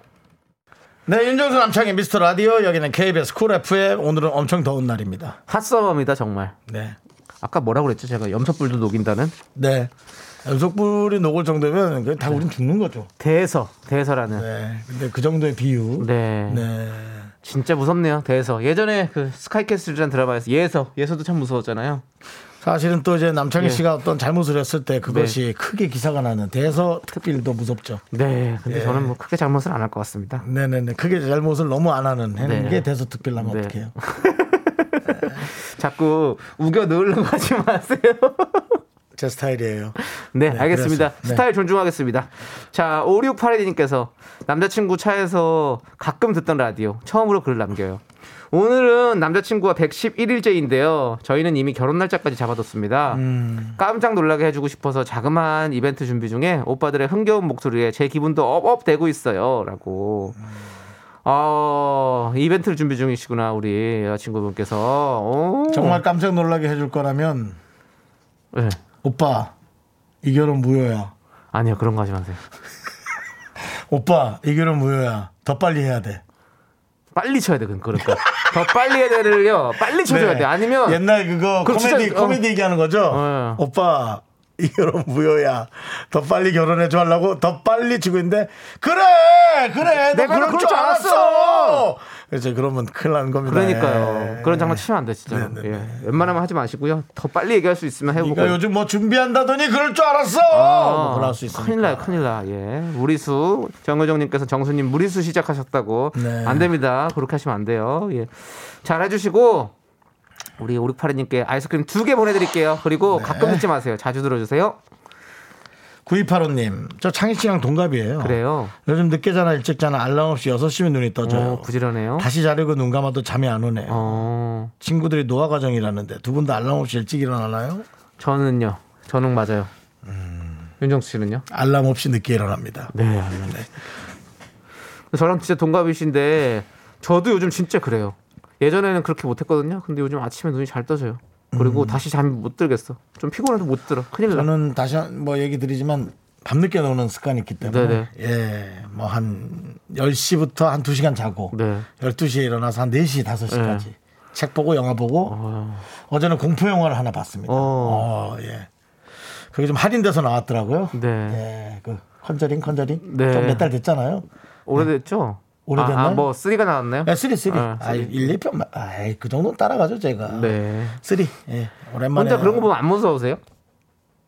네, 윤정수 남창의 미스터 라디오 여기는 KBS 쿨 FM 오늘은 엄청 더운 날입니다. 핫 서머입니다, 정말. 네. 아까 뭐라고 그랬죠? 제가 염소불도 녹인다는 네. 연속불이 녹을 정도면 그냥 다 우린 죽는 거죠. 대서, 대서라는 네. 근데 그 정도의 비유. 네. 네. 진짜 무섭네요. 대서. 예전에 그 스카이캐슬이라는 드라마에서 예서, 예서도 참 무서웠잖아요. 사실은 또 이제 남창희 예. 씨가 어떤 잘못을 했을 때 그것이 크게 기사가 나는 대서 특필도 무섭죠. 네, 근데 저는 뭐 크게 잘못을 안 할 것 같습니다. 네네네. 크게 잘못을 너무 안 하는 네. 하는 게 대서 특필하면 네. 어떡해요. 자꾸 우겨 넣으려고 *laughs* 하지 마세요. 제 스타일이에요. 네, 알겠습니다. 그래서, 네. 스타일 존중하겠습니다. 자, 5682님께서 남자친구 차에서 가끔 듣던 라디오 처음으로 글을 남겨요. 오늘은 남자친구가 111일째인데요. 저희는 이미 결혼 날짜까지 잡아뒀습니다. 음. 깜짝 놀라게 해주고 싶어서 자그마한 이벤트 준비 중에 오빠들의 흥겨운 목소리에 제 기분도 업업되고 있어요. 라고. 어, 이벤트를 준비 중이시구나, 우리 여자친구분께서. 오. 정말 깜짝 놀라게 해줄 거라면 네. 오빠 이 결혼 무효야. 아니요, 그런 거 하지 마세요. 오빠 이 결혼 무효야. 더 빨리 해야 돼. 빨리 쳐야 돼, 그러니까. 더 빨리 해야 되를요. 빨리 쳐줘야 네. 돼. 아니면 옛날 그거 그거 코미디 진짜, 어. 코미디 얘기하는 거죠. 어. 오빠 이 결혼 무효야. 더 빨리 결혼해 줘 하려고 더 빨리 치고 있는데 그래 그래 너 내가 그럴 줄 알았어. 그래서 그러면 큰일 난 겁니다. 그러니까요. 예. 그런 장난 치면 안 돼, 진짜. 네, 네, 예. 웬만하면 하지 마시고요. 더 빨리 얘기할 수 있으면 해보고. 아, 그러니까 요즘 뭐 준비한다더니 그럴 줄 알았어. 뭐 그럴 수 있어. 큰일 나요, 큰일 나. 예. 무리수. 정효정님께서 정수님 무리수 시작하셨다고. 네. 안 됩니다. 그렇게 하시면 안 돼요. 예. 잘 해주시고, 우리 오륙팔이님께 아이스크림 두 개 보내드릴게요. 그리고 네. 가끔 듣지 마세요. 자주 들어주세요. 9285님, 저 창희 씨랑 동갑이에요. 그래요. 요즘 늦게 자나 일찍 자나 알람 없이 6시면 눈이 떠져요. 어, 부지런해요. 다시 자려고 눈 감아도 잠이 안 오네요. 어, 친구들이 노화 과정이라는데 두 분 다 알람 없이 일찍 일어나나요? 저는요. 저는 맞아요. 음. 윤정수 씨는요? 알람 없이 늦게 일어납니다. 네, 알겠습니다. 저랑 진짜 동갑이신데 저도 요즘 진짜 그래요. 예전에는 그렇게 못했거든요. 근데 요즘 아침에 눈이 잘 떠져요. 그리고 다시 잠이 못 들겠어. 좀 피곤해도 못 들어. 큰일 나. 음. 저는 다시 한 뭐 얘기 드리지만 밤늦게 노는 습관이 있기 때문에 네, 예, 뭐 한 10시부터 한 2시간 자고 네. 12시에 일어나서 한 4시, 5시까지 책 보고 영화 보고 어... 제는 공포 영화를 하나 봤습니다. 어. 어, 예. 그게 좀 할인돼서 나왔더라고요. 네. 예, 그 컨저링 컨저링 네. 좀 몇 달 됐잖아요. 오래됐죠? 네. 오래됐나요? 아, 아, 뭐 쓰리가 나왔나요? 예, 쓰리 쓰리. 아, 아, 1, 2편 아이, 그 정도는 따라가죠, 제가. 네. 쓰리. 예. 오랜만에 네. 혼자 그런 거 보면 안 무서우세요?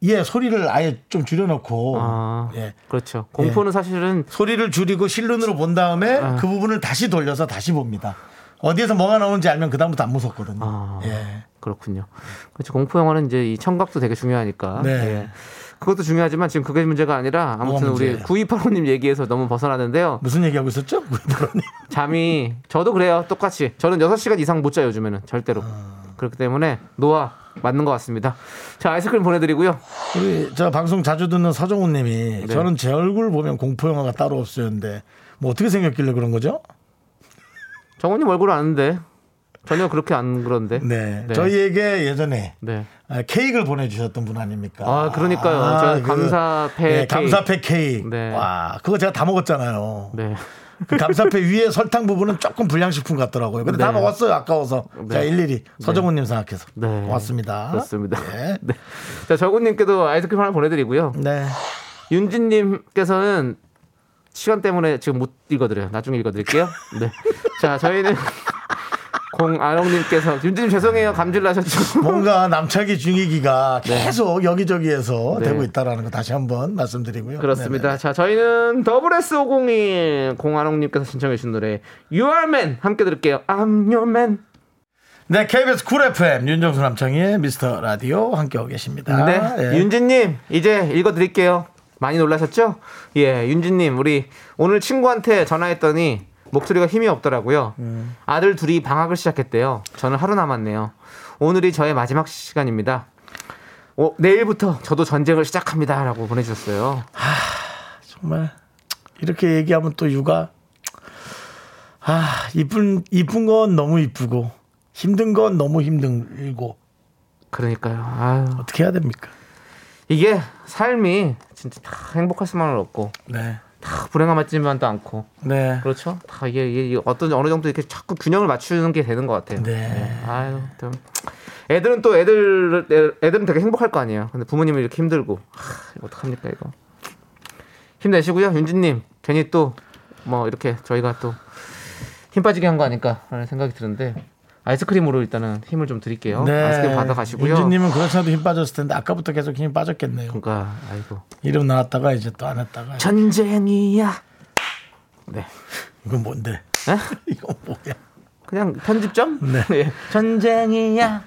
예, 소리를 아예 좀 줄여놓고 아, 예. 그렇죠. 공포는 사실은 소리를 줄이고 실눈으로 본 다음에 아. 그 부분을 다시 돌려서 다시 봅니다. 어디에서 뭐가 나오는지 알면 그 다음부터 안 무섭거든요. 아. 예. 그렇군요. 그렇죠. 공포 영화는 이제 이 청각도 되게 중요하니까. 네. 예. 그것도 중요하지만 지금 그게 문제가 아니라 아무튼 뭐가 우리 문제예요? 9285님 얘기에서 너무 벗어나는데요. 무슨 얘기하고 있었죠? *laughs* 우리 프로님. 아. 잠이 저도 그래요. 똑같이. 저는 6시간 이상 못 자요, 요즘에는. 절대로. 그렇기 때문에 노아 맞는 것 같습니다. 자 아이스크림 보내드리고요. 우리 저 방송 자주 듣는 서정훈님이 네. 저는 제 얼굴 보면 공포 영화가 따로 없었는데 뭐 어떻게 생겼길래 그런 거죠? 정원님 얼굴 아는데 전혀 그렇게 안 그런데. 네, 저희에게 예전에 네. 아, 케이크를 보내주셨던 분 아닙니까? 아, 그러니까요. 제가 감사패 네, 케이크. 감사패 케이크. 네. 와, 그거 제가 다 먹었잖아요. 네. 그 감사패 위에 설탕 부분은 조금 불량식품 같더라고요. 근데 다 네. 먹었어요. 아까워서. 네. 자, 일일이 서정훈님 생각해서. 네. 고맙습니다. 그렇습니다. 네. *laughs* 네. 자 정원님께도 아이스크림 하나 보내드리고요. 네. 윤진님께서는 시간 때문에 지금 못 읽어드려요. 나중에 읽어드릴게요. 네. 자, 저희는 *laughs* 공아영님께서 윤진님 죄송해요. *laughs* 감질나셨죠? *laughs* 뭔가 남창희 중이기가 계속 여기저기에서 네. 되고 있다라는 거 다시 한번 말씀드리고요. 그렇습니다. 네, 자, 저희는 더블 S 501 공아영님께서 신청해주신 노래 You Are Man 함께 들을게요. I'm Your Man. 네네. 네, KBS 쿨 FM 윤정수 남창희의 미스터 라디오 함께하고 계십니다. 네. 예. 윤진님, 이제 읽어드릴게요. 많이 놀라셨죠? 예, 윤진님, 우리 오늘 친구한테 전화했더니 목소리가 힘이 없더라고요. 음. 아들 둘이 방학을 시작했대요. 저는 하루 남았네요. 오늘이 저의 마지막 시간입니다. 어, 내일부터 저도 전쟁을 시작합니다. 라고 보내주셨어요. 정말 이렇게 얘기하면 또 육아 아 이쁜 이쁜 건 너무 이쁘고 힘든 건 너무 힘들고 그러니까요. 아유. 어떻게 해야 됩니까? 이게 삶이 진짜 다 행복할 수만은 없고, 네, 다 불행함 맞지만도 않고, 네, 그렇죠. 다 이게, 이게- 이게 어떤 어느 정도 이렇게 자꾸 균형을 맞추는 게 되는 것 같아요. 네. 아유, 좀 애들은 또 애들 애- 애들은 되게 행복할 거 아니에요. 근데 부모님은 이렇게 힘들고 어떡 합니까 이거. 힘내시고요, 윤진님. 괜히 또 뭐 이렇게 저희가 또 힘 빠지게 한 거 아닐까라는 생각이 드는데 아이스크림으로 일단은 힘을 좀 드릴게요. 아이스크림 받아가시고요. 네. 윤진님은 그렇잖아도 힘 빠졌을 텐데 아까부터 계속 힘이 빠졌겠네요. 그러니까 아이고 이름 나왔다가 이제 또 안 했다가 전쟁이야. 네. 이건 뭔데? 에? *laughs* 이건 뭐야? 그냥 편집점? 네. *laughs* 예. 전쟁이야.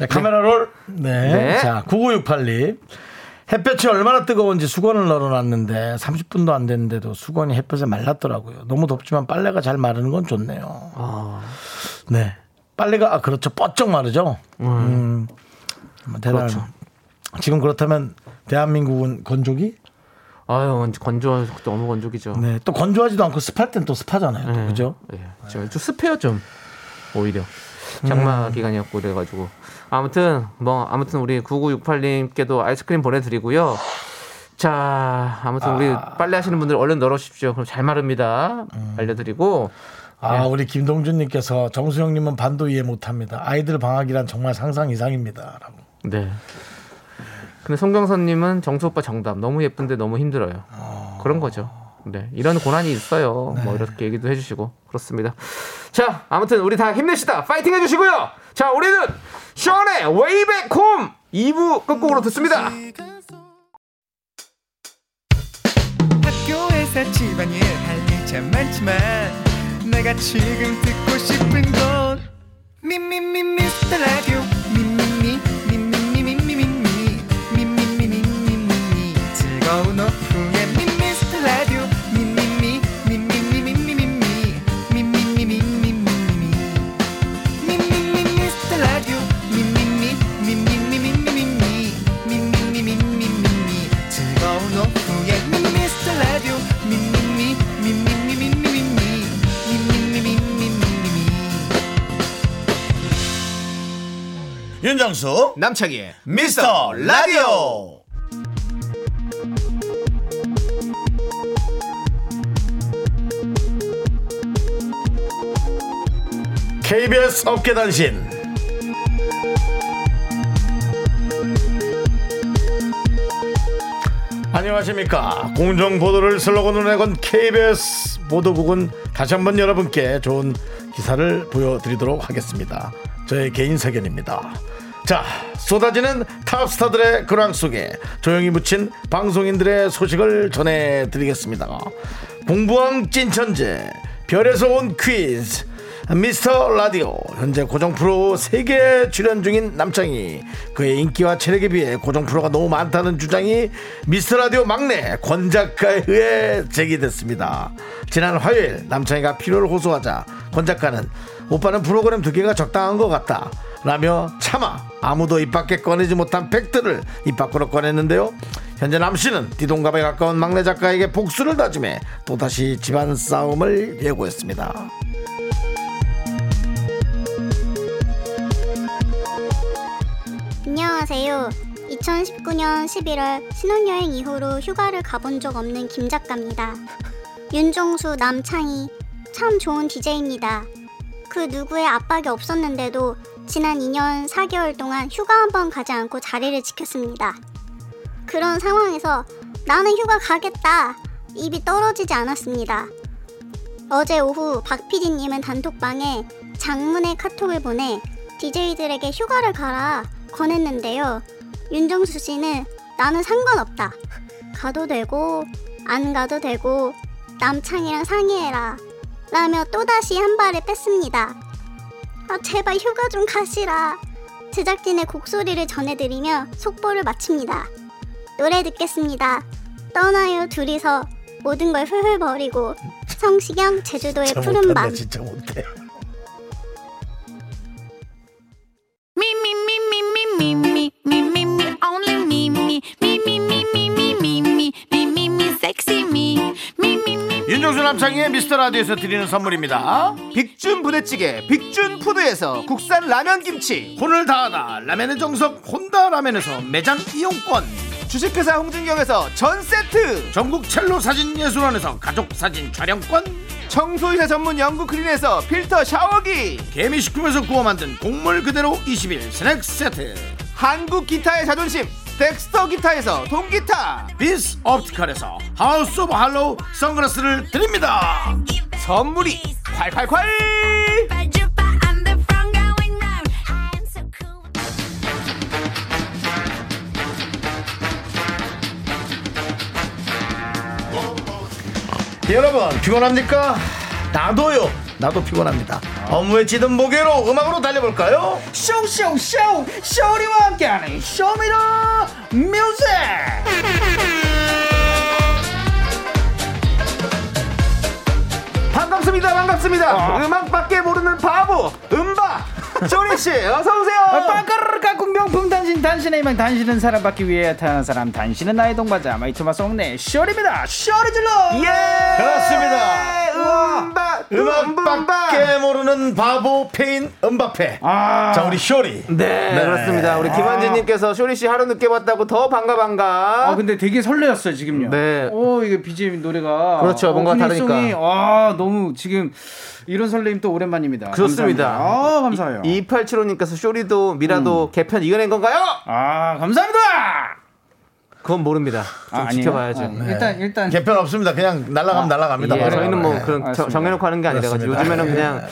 자, 카메라 롤. 네. 네. 자, 99682. 햇볕이 얼마나 뜨거운지 수건을 널어놨는데 30분도 안 됐는데도 수건이 햇볕에 말랐더라고요. 너무 덥지만 빨래가 잘 마르는 건 좋네요. 아, 네. 빨래가 아, 그렇죠. 뻗쩍 마르죠. 음. 정말 대단한. 지금 그렇다면 대한민국은 건조기? 아유, 완전 건조, 너무 건조기죠. 네. 또 건조하지도 않고 습할 땐 또 습하잖아요. 또, 예, 그죠? 예. 지금 좀 습해요 좀 오히려 장마 음. 기간이었고 그래가지고 아무튼 뭐 아무튼 우리 9968님께도 아이스크림 보내드리고요. 자 아무튼 우리 빨래 하시는 분들 얼른 널어주십시오. 그럼 잘 마릅니다. 음. 알려드리고 예. 아, 우리 김동준님께서 정수영님은 반도 이해 못합니다. 아이들 방학이란 정말 상상 이상입니다. 라고. 네. 근데 송경선님은 정수 오빠 정답 너무 예쁜데 너무 힘들어요. 그런 거죠. 네, 이런 고난이 있어요. 뭐 이렇게 얘기도 해주시고 그렇습니다. 자, 아무튼 우리 다 힘내시다. 파이팅 해주시고요. 자, 우리는 션의 웨이백홈 2부 끝곡으로 듣습니다. 학교에서 집안일 할 일 참 많지만 내가 지금 듣고 싶은 건 미미미 미스터 라디오 미미미 미미미 미미미 미미미 미미미 즐거운 오후에 미스터 라디오 미미미 미미미 미미미 미미미 미미미 미미미 미스터 라디오 미미미 미미미 미미미 미미미 미미미 즐거운 오후에 미스터 라디오 미미미 미미미 미미미 미미미 미미미 윤정수 남창희의 미스터 라디오 KBS 업계단신 안녕하십니까 공정보도를 슬로건으로 내건 KBS 보도국은 다시 한번 여러분께 좋은 기사를 보여드리도록 하겠습니다 저의 개인 사견입니다 자 쏟아지는 탑스타들의 근황 속에 조용히 묻힌 방송인들의 소식을 전해드리겠습니다 공부왕 찐천재 별에서 온 퀴즈 미스터 라디오 현재 고정 프로 세개 출연 중인 남창희 그의 인기와 체력에 비해 고정 프로가 너무 많다는 주장이 미스터 라디오 막내 권 작가에 의해 제기됐습니다 지난 화요일 남창희가 필요를 호소하자 권 작가는 오빠는 프로그램 두 개가 적당한 것 같다 라며 차마 아무도 입 밖에 꺼내지 못한 팩트를 입 밖으로 꺼냈는데요. 현재 남씨는 디동갑에 가까운 막내 작가에게 복수를 다짐해 또다시 집안 싸움을 예고했습니다. 안녕하세요. 2019년 11월 신혼여행 이후로 휴가를 가본 적 없는 김 작가입니다. 윤종수 남창희 참 좋은 DJ입니다. 그 누구의 압박이 없었는데도 지난 2년 4개월 동안 휴가 한 번 가지 않고 자리를 지켰습니다. 그런 상황에서 나는 휴가 가겠다 입이 떨어지지 않았습니다. 어제 오후 박 PD님은 단톡방에 장문의 카톡을 보내 DJ들에게 휴가를 가라 권했는데요. 윤정수 씨는 나는 상관없다. 가도 되고 안 가도 되고 남창이랑 상의해라. 라며 또다시 한 발을 뺐습니다. 아 제발 휴가 좀 가시라. 제작진의 곡소리를 전해드리며 속보를 마칩니다. 노래 듣겠습니다. 떠나요 둘이서 모든 걸 훌훌 버리고 성시경 제주도의 진짜 푸른 못한다 밤. 진짜 못해. Me, me, me, me, me, me, me, me, me, me, only me, me, me, me, me, me, me, me, me, me, me, me, sexy me, me, me, me. 윤정수 남창희의 미스터 라디오에서 드리는 선물입니다. 빅준 부대찌개 빅준 푸드에서 국산 라면 김치 혼을 다하다 라면의 정석 혼다 라면에서 매장 이용권 주식회사 홍진경에서 전 세트 전국 첼로 사진 예술원에서 가족 사진 촬영권 청소이사 전문 영국 크린에서 필터 샤워기 개미식품에서 구워 만든 곡물 그대로 20일 스낵 세트 한국 기타의 자존심 덱스터 기타에서 동기타 비스 옵티컬에서 하우스 오브 할로우 선글라스를 드립니다 선물이 콸콸콸 I'm the front going round. I'm so cool. 여러분 피곤합니까? 나도요 나도 피곤합니다 업무에 지든 목요로 음악으로 달려볼까요? 쇼쇼쇼 쇼리와 함께하는 쇼미더 뮤직 반갑습니다 반갑습니다 음악밖에 모르는 바보 음바 쇼리씨 어서오세요 빵가루를 깎은 명품 단신 단신의 희망 단신은 사랑받기 위해 나타난 사람 단신은 나의 동반자 네, 마이토마 송내 쇼리입니다 쇼리질러 예 그렇습니다. 음바 음악밖에 모르는 바보 페인 음바페 아. 자 우리 쇼리 네, 그렇습니다 우리 김한진님께서 쇼리씨 하루 늦게 봤다고 더 반가 반가 아 근데 되게 설레었어요 지금요. 네. 오 이게 BGM 노래가 그렇죠, 뭔가 오프닝 다르니까. 송이, 와 너무 지금 이런 설레임 또 오랜만입니다. 그렇습니다. 감사합니다. 아 감사해요. 음. 2875님께서 쇼리도 미라도 개편 이겨낸 건가요? 아 감사합니다. 그건 모릅니다. 좀 아, 아니에요? 지켜봐야죠. 네. 아, 일단 일단 개편 없습니다 그냥 날라가면 아, 날라갑니다 예, 바로. 저희는 뭐 네. 그런 저- 알겠습니다. 예. 정해놓고 하는 게 아니라 가지고 그렇습니다. 요즘에는 그냥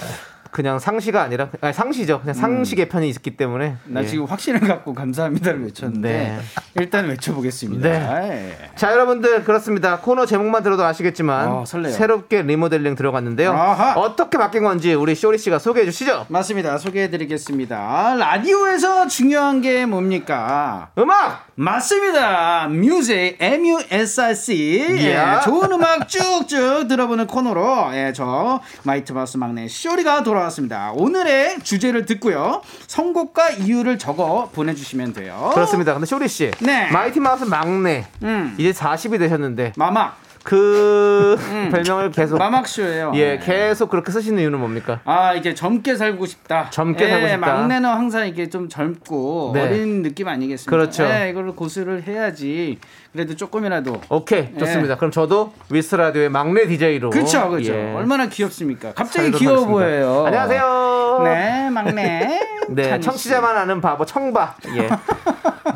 그냥 상시가 아니라 아니, 상시죠. 그냥 상시 개편이 있기 때문에 음. 나 예. 지금 확신을 갖고 감사합니다를 외쳤는데 네. 일단 외쳐보겠습니다. 네. 아, 예. 자 여러분들 그렇습니다. 코너 제목만 들어도 아시겠지만 아, 설레요. 새롭게 리모델링 들어갔는데요. 아하. 어떻게 바뀐 건지 우리 쇼리 씨가 소개해 주시죠. 맞습니다. 소개해드리겠습니다. 라디오에서 중요한 게 뭡니까? 음악 맞습니다. 뮤직 MUSIC 예, 예. 좋은 음악 쭉쭉 들어보는 코너로 예, 저 마이트마우스 막내 쇼리가 돌아왔습니다. 오늘의 주제를 듣고요. 선곡과 이유를 적어 보내주시면 돼요. 그렇습니다. 근데 쇼리 씨, 네. 마이티 마우스 막내 음. 이제 40이 되셨는데 마막 그 *laughs* 별명을 계속 음. 마막쇼예요. 예 계속 그렇게 쓰시는 이유는 뭡니까? 아 이제 젊게 살고 싶다. 예, 젊게 살고 싶다. 막내는 항상 이게 좀 젊고 네. 어린 느낌 아니겠습니까? 그렇죠. 예, 이걸 고수를 해야지 그래도 조금이라도 오케이 예. 좋습니다. 그럼 저도 위스 라디오의 막내 DJ로 예, 그렇죠, 그렇죠. 얼마나 귀엽습니까? 갑자기 귀여워 보여요. 안녕하세요. 네. 네, 막내. *laughs* 찬이 씨. 청취자만 아는 바보 청바. *laughs* 예.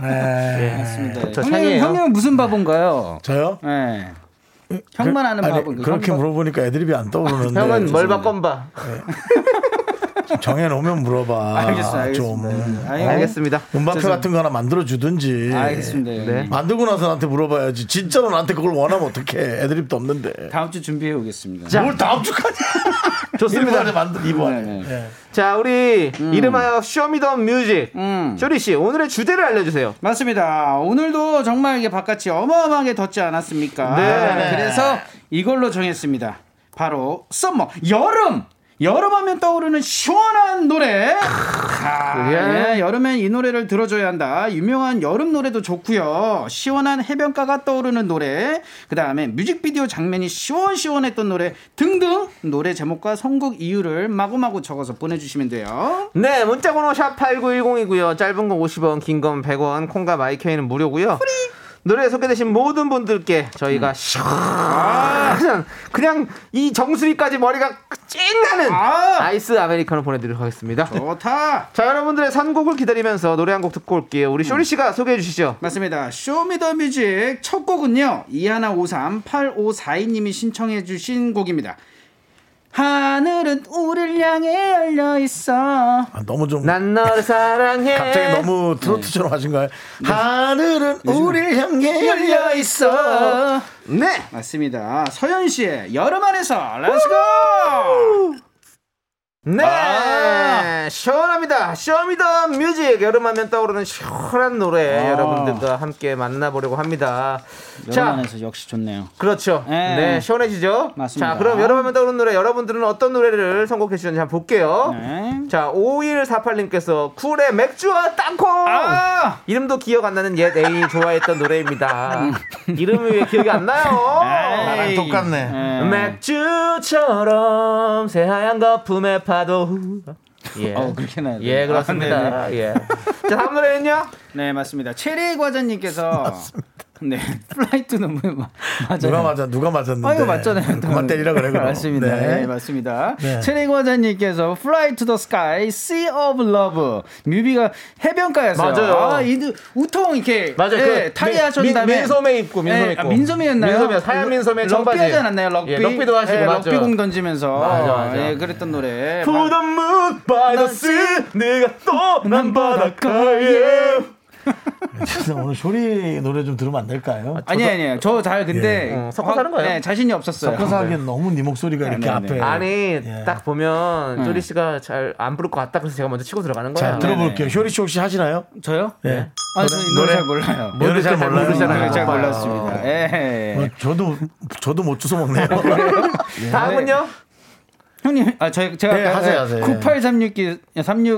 예, 맞습니다. 저 네. 형님, 찬이에요. 네. 형님은 무슨 바본가요? 네. 저요? 네. 형만 아는 아니, 바본. 그렇게 뭐, 물어보니까 애들이 안 떠오르는데 형은 멀바 건바. 정해놓으면 물어봐 *laughs* 알겠어요, 알겠습니다. 아, 좀 음. 아유, 알겠습니다. 음바페 같은 거 하나 만들어 주든지 알겠습니다. 예. 네. 형님. 만들고 나서 나한테 물어봐야지 진짜로 나한테 그걸 원하면 어떡해 애드립도 없는데 다음 주 준비해 오겠습니다. 뭘 다음 주까지 좋습니다. 일본에 만든 이번에 네, 네. 자 우리 이름하여 쇼미더 뮤직 음. 쇼리 씨 오늘의 주제를 알려주세요. 맞습니다. 오늘도 정말 이게 바깥이 어마어마하게 덥지 않았습니까? 네. 그래서 이걸로 정했습니다. 바로 썸머 여름 여름하면 떠오르는 시원한 노래. 예. 아, 예, 여름엔 이 노래를 들어줘야 한다. 유명한 여름 노래도 좋고요. 시원한 해변가가 떠오르는 노래. 그 다음에 뮤직비디오 장면이 시원시원했던 노래 등등 노래 제목과 선곡 이유를 마구마구 적어서 *laughs* 보내주시면 돼요. 네, 문자번호 샵 8910이고요. 짧은 건 50원, 긴 건 100원, 콩과 마이케이는 무료고요. 노래 소개되신 모든 분들께 음. 저희가 시원한 그냥 이 정수리까지 머리가 찡하는 아. 아~ 이스 아메리카노 보내드리도록 하겠습니다. 어. 좋다. 자, 여러분들의 선곡을 기다리면서 노래 한 곡 듣고 올게요. 우리 쇼리 씨가 소개해 주시죠. 맞습니다. 쇼미더뮤직 첫 곡은요. 이하나538542님이 신청해 주신 곡입니다. 하늘은 우릴 향해 열려 있어. 아, 너무 좀 난 너를 사랑해. 갑자기 너무 트로트처럼 하신가요? 하늘은 우릴 향해 열려 있어. 네. 맞습니다. 서현 씨의 여름 안에서 렛츠고! 네 아. 시원합니다 쇼미더 뮤직 여름하면 떠오르는 시원한 노래 아. 여러분들과 함께 만나보려고 합니다 자 역시 좋네요. 그렇죠 예. 네 시원해지죠 맞습니다. 자 그럼 여름하면 떠오르는 노래 여러분들은 어떤 노래를 선곡해 주셨는지 한번 볼게요 네. 자 5148님께서 쿨의 맥주와 땅콩 아! 이름도 기억 안 나는 옛 애인이 좋아했던 노래입니다 음. 이름이 왜 기억이 안 아, 나요 나랑 에이. 똑같네. 아, 네. 맥주처럼 음. 새하얀 거품의 파도 예. 어, 그렇게 나요. 예, 그렇습니다. 예. 자, 다음 노래는요? 네, 맞습니다. 체리 과자님께서 네, *laughs* 플라이트 너무 맞아요. 누가 맞아? 누가 맞았는데? 네. 아유 맞잖아요. 그만 때리라 그래 그럼. 맞습니다. 네. 네. *laughs* 맞습니다. 네. 체리 과자님께서 Fly to the Sky, Sea of Love 뮤비가 해변가였어요. 맞아요. 아, 이 누- 우통 이렇게 맞아요. 네, 그 탈의하셨다면 민- 민- 민소매 입고, 민소매 입고. 아, 민소매였나요? 민소매, 하얀 민소매 청바지. 럭비 하지 않았나요? 럭비 예, 럭비도 하시고, 예, 맞아요. 럭비 공 던지면서 맞아, 맞아. 예, 그랬던 노래. Put a moon by the sea, 네가 떠난 바닷가에. 진짜 오늘 쇼리 노래 좀 들으면 안 될까요? 아니 아니에요. 저 잘 근데 예. 어, 섞어서 하는 거예요. 네, 자신이 없었어요. 섞어서 하기엔 너무 네 목소리가 이렇게 네, 앞에. 네. 아니, 예. 딱 보면 쪼리 씨가 잘 안 부를 것 같다 그래서 제가 먼저 치고 들어가는 예. 거야. 자 들어볼게요. 쇼리 씨 혹시 하시나요? 저요? 네. 아, 저이 노래 잘 몰라요. 노래 잘 몰라요. 예. 모르잖아요. 노래 잘 봐요. 몰랐습니다. 예. 어, 저도 저도 못 주워 먹네요. *laughs* 다음은요? 형님, 아, 저, 제가 네, 하세요, 하세요.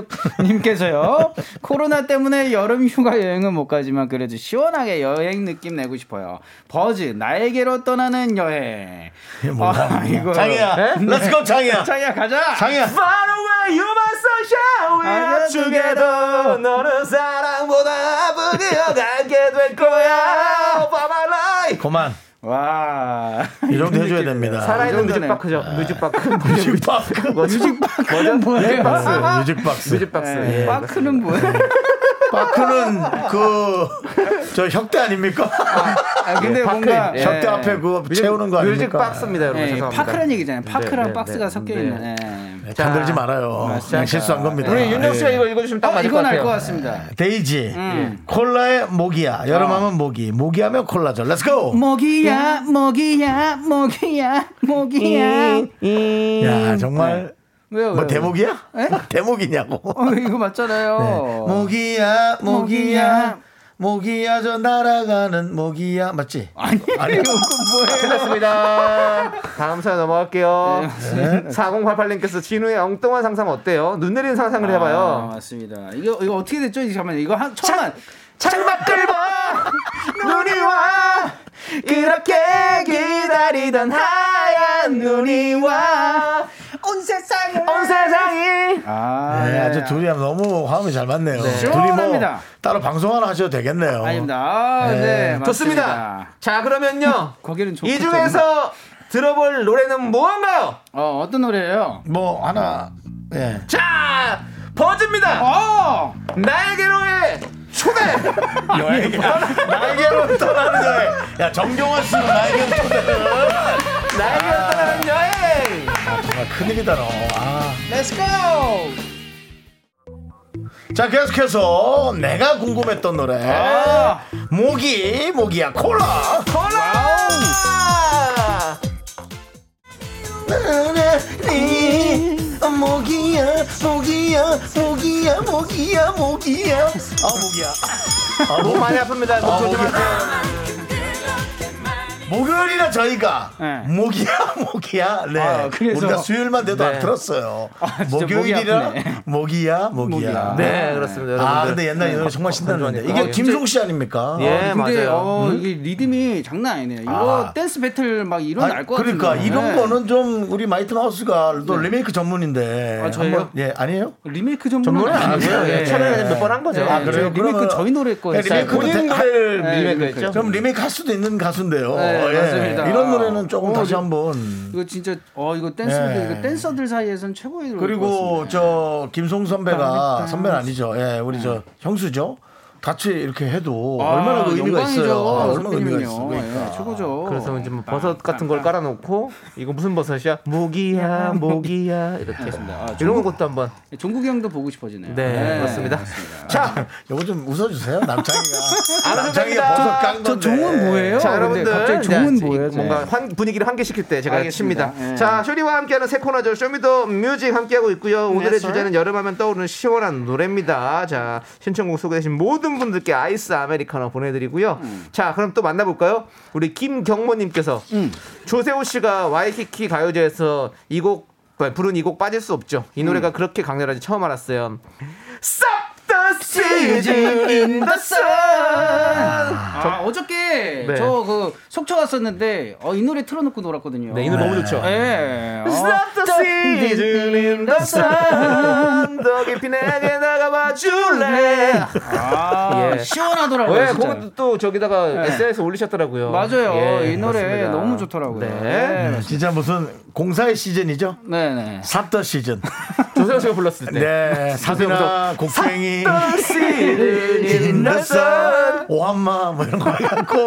9836님께서요. 코로나 때문에 여름 휴가 여행은 못 가지만 그래도 시원하게 여행 느낌 내고 싶어요. 버즈, 나에게로 떠나는 여행. 몰라. 아, 이거. 장이야. 네? 렛츠고 장이야. *laughs* 장이야, 가자! 장이야. Far away, you my sunshine, we are together. 너는 사랑보다 아프게 여가게 될 거야. All by my life. 그만. 와. 이 정도 해줘야 됩니다. 살아있는 이 정도네요. 뮤직바크죠. 뮤직바크. 뮤직박스. 뮤직바크는 아, 뭐예요? 뮤직박스. 뮤직박스. 예, 바크는 뭐예요? 바크는 그, 그저 협대 아닙니까? 아, 근데 뭔가. 예. 협대 앞에 그 채우는 거 아닙니까? 뮤직박스입니다, 여러분. 예, 죄송합니다. 파크란 얘기잖아요. 파크랑 네, 네, 박스가 네. 섞여있는. 네. 예. 네, 잠들지 말아요. 그냥 실수한 겁니다. 우리 네. 윤정 씨가 예. 이거 읽어주시면 딱 아, 맞을 것 이건 알 같아요. 것 같습니다. 데이지 콜라의 모기야. 여름하면 모기, 모기하면 콜라죠. 렛츠고. 모기야 네. 모기야 모기야 모기야 야 정말 왜요? 뭐 *laughs* 왜요? 대목이야? 대목이냐고. 어, 이거 네. 맞잖아요. 뭐 모기야 모기야 모기야 저 날아가는 모기야 맞지? 아니 아니요. 뭐, *laughs* 끝났습니다. 다음 사연 넘어갈게요. 네. 4088님께서 진우의 엉뚱한 상상 어때요? 눈 내리는 상상을 아, 해봐요. 맞습니다. 이거 이거 어떻게 됐죠? 이거 잠깐만 이거 한 처음만 창밖 끌고 눈이 와 그렇게 기다리던 하얀 눈이 와온 세상을 온 세상이 아, 네, 아주 둘이 너무 화음이 잘 맞네요. 둘이 뭐 시원합니다. 따로 방송 하나 하셔도 되겠네요. 아닙니다. 아, 네, 맞습니다. 좋습니다. 자 그러면요 *laughs* 거기는 좋고 이 중에서 들어볼 노래는 무언가요? 어, 어떤 노래예요? 뭐 하나 예. 자 버즈입니다. 어! 나에게로의 초대. 뭐 나에게로 떠나는 여행. 야 정경원 씨는 나에게로 떠나는 아. 나에게로 떠나는 여행. 정말 큰일이다 너. 아. Let's go. 자 계속해서 내가 궁금했던 노래 아. 모기 모기야 콜라 아, 콜라. 네 모기야 모기야 모기야 모기야 모기야 아 모기야 너무 많이 아픕니다. 아, 걱정 좀 목이- 하세요. 목요일이라 저희가 네. 목이야 목이야 네 아, 그래서- 아, 우리가 수요일만 돼도 네. 안 들었어요 진짜 목이 목요일이라 아프네. 목이야 목이야. 네. 목이야 네, 그렇습니다. 여러분들. 아 근데 옛날 이 노래 정말 신나는데 아, 이게 진짜- 김종 씨 아닙니까 예, 근데 맞아요. 어, 이게 리듬이 장난 아니네요. 이거 음? 아. 댄스 배틀 막 아, 이런 날것 같은데. 그러니까 이런 네. 거는 좀 우리 마이트 마우스가 또 리메이크 전문인데 아, 저예요? 한번- 예 아니에요 그 리메이크 전문은 아니고요. 네. 아니고요. 예, 차라리 몇 번 한 거죠. 예, 아, 그래요? 저희 리메이크 그러면- 저희 노래 거예요. 네, 리메이크 본인- 본인 노래를 네, 리메이크 리메이크 했죠. 그럼 리메이크 할 수도 있는 가수인데요 네, 예. 맞습니다. 아, 이런 노래는 조금 어, 다시 이거- 한번 이거 진짜 어 이거 댄서들 예. 이거 댄서들 사이에서는 최고의 노래. 그리고 저 김송 선배가 선배는 아니죠. 예, 우리 저 형수죠. 같이 이렇게 해도 얼마나 그 의미가 영광이죠. 있어요. 아, 얼마나 의미가 있어. 선배님은요. 예, 최고죠. 그래서 이제 뭐 버섯 같은 걸 깔아놓고 이거 무슨 버섯이야? *laughs* 모기야, 모기야 이렇게 이런 것도 한번. 종국이 형도 보고 싶어지네요. 네, 맞습니다. 자, *laughs* 요거 좀 웃어주세요. *laughs* 남창이가. 웃습니다. 남창이가 버섯 깐 건데. 저 종은 뭐예요? 자 근데 여러분들 갑자기 종은 이제 뭐예요? 뭔가 네. 환- 분위기를 환기시킬 때 제가 알겠습니다. 칩니다. 예. 자 쇼리와 함께하는 새 코너죠 쇼미더뮤직 함께하고 있고요. 오늘의 sir. 주제는 여름하면 떠오르는 시원한 노래입니다. 자 신청곡 소개되신 모든 분들께 아이스 아메리카노 보내드리고요. 음. 자 그럼 또 만나볼까요? 우리 김경모님께서 음. 조세호 씨가 와이키키 가요제에서 이 곡 부른 이 곡 빠질 수 없죠. 이 노래가 그렇게 강렬한지 처음 알았어요. Stop the season in the sun. 아, 어저께 네. 저 그 속초 갔었는데 어, 이 노래 틀어놓고 놀았거든요. 네, 이 노래 너무 좋죠. 예. 어. Stop the season in the sun. 더 깊이 내게 네, 나가봐 줄래. 아, 예. 시원하더라고요. 예, 진짜. 그것도 또 저기다가 SNS에 올리셨더라고요. 맞아요. 예, 이 노래 그렇습니다. 너무 좋더라고요. 네. 네. 음, 진짜 무슨 공사의 시즌이죠? 네, 네. 삽더 시즌. 조세호 씨가 불렀을 때. 네, 사비나 곡팽이. 네. 인더선 네. 오한마 뭐 이런 거 *laughs* 해갖고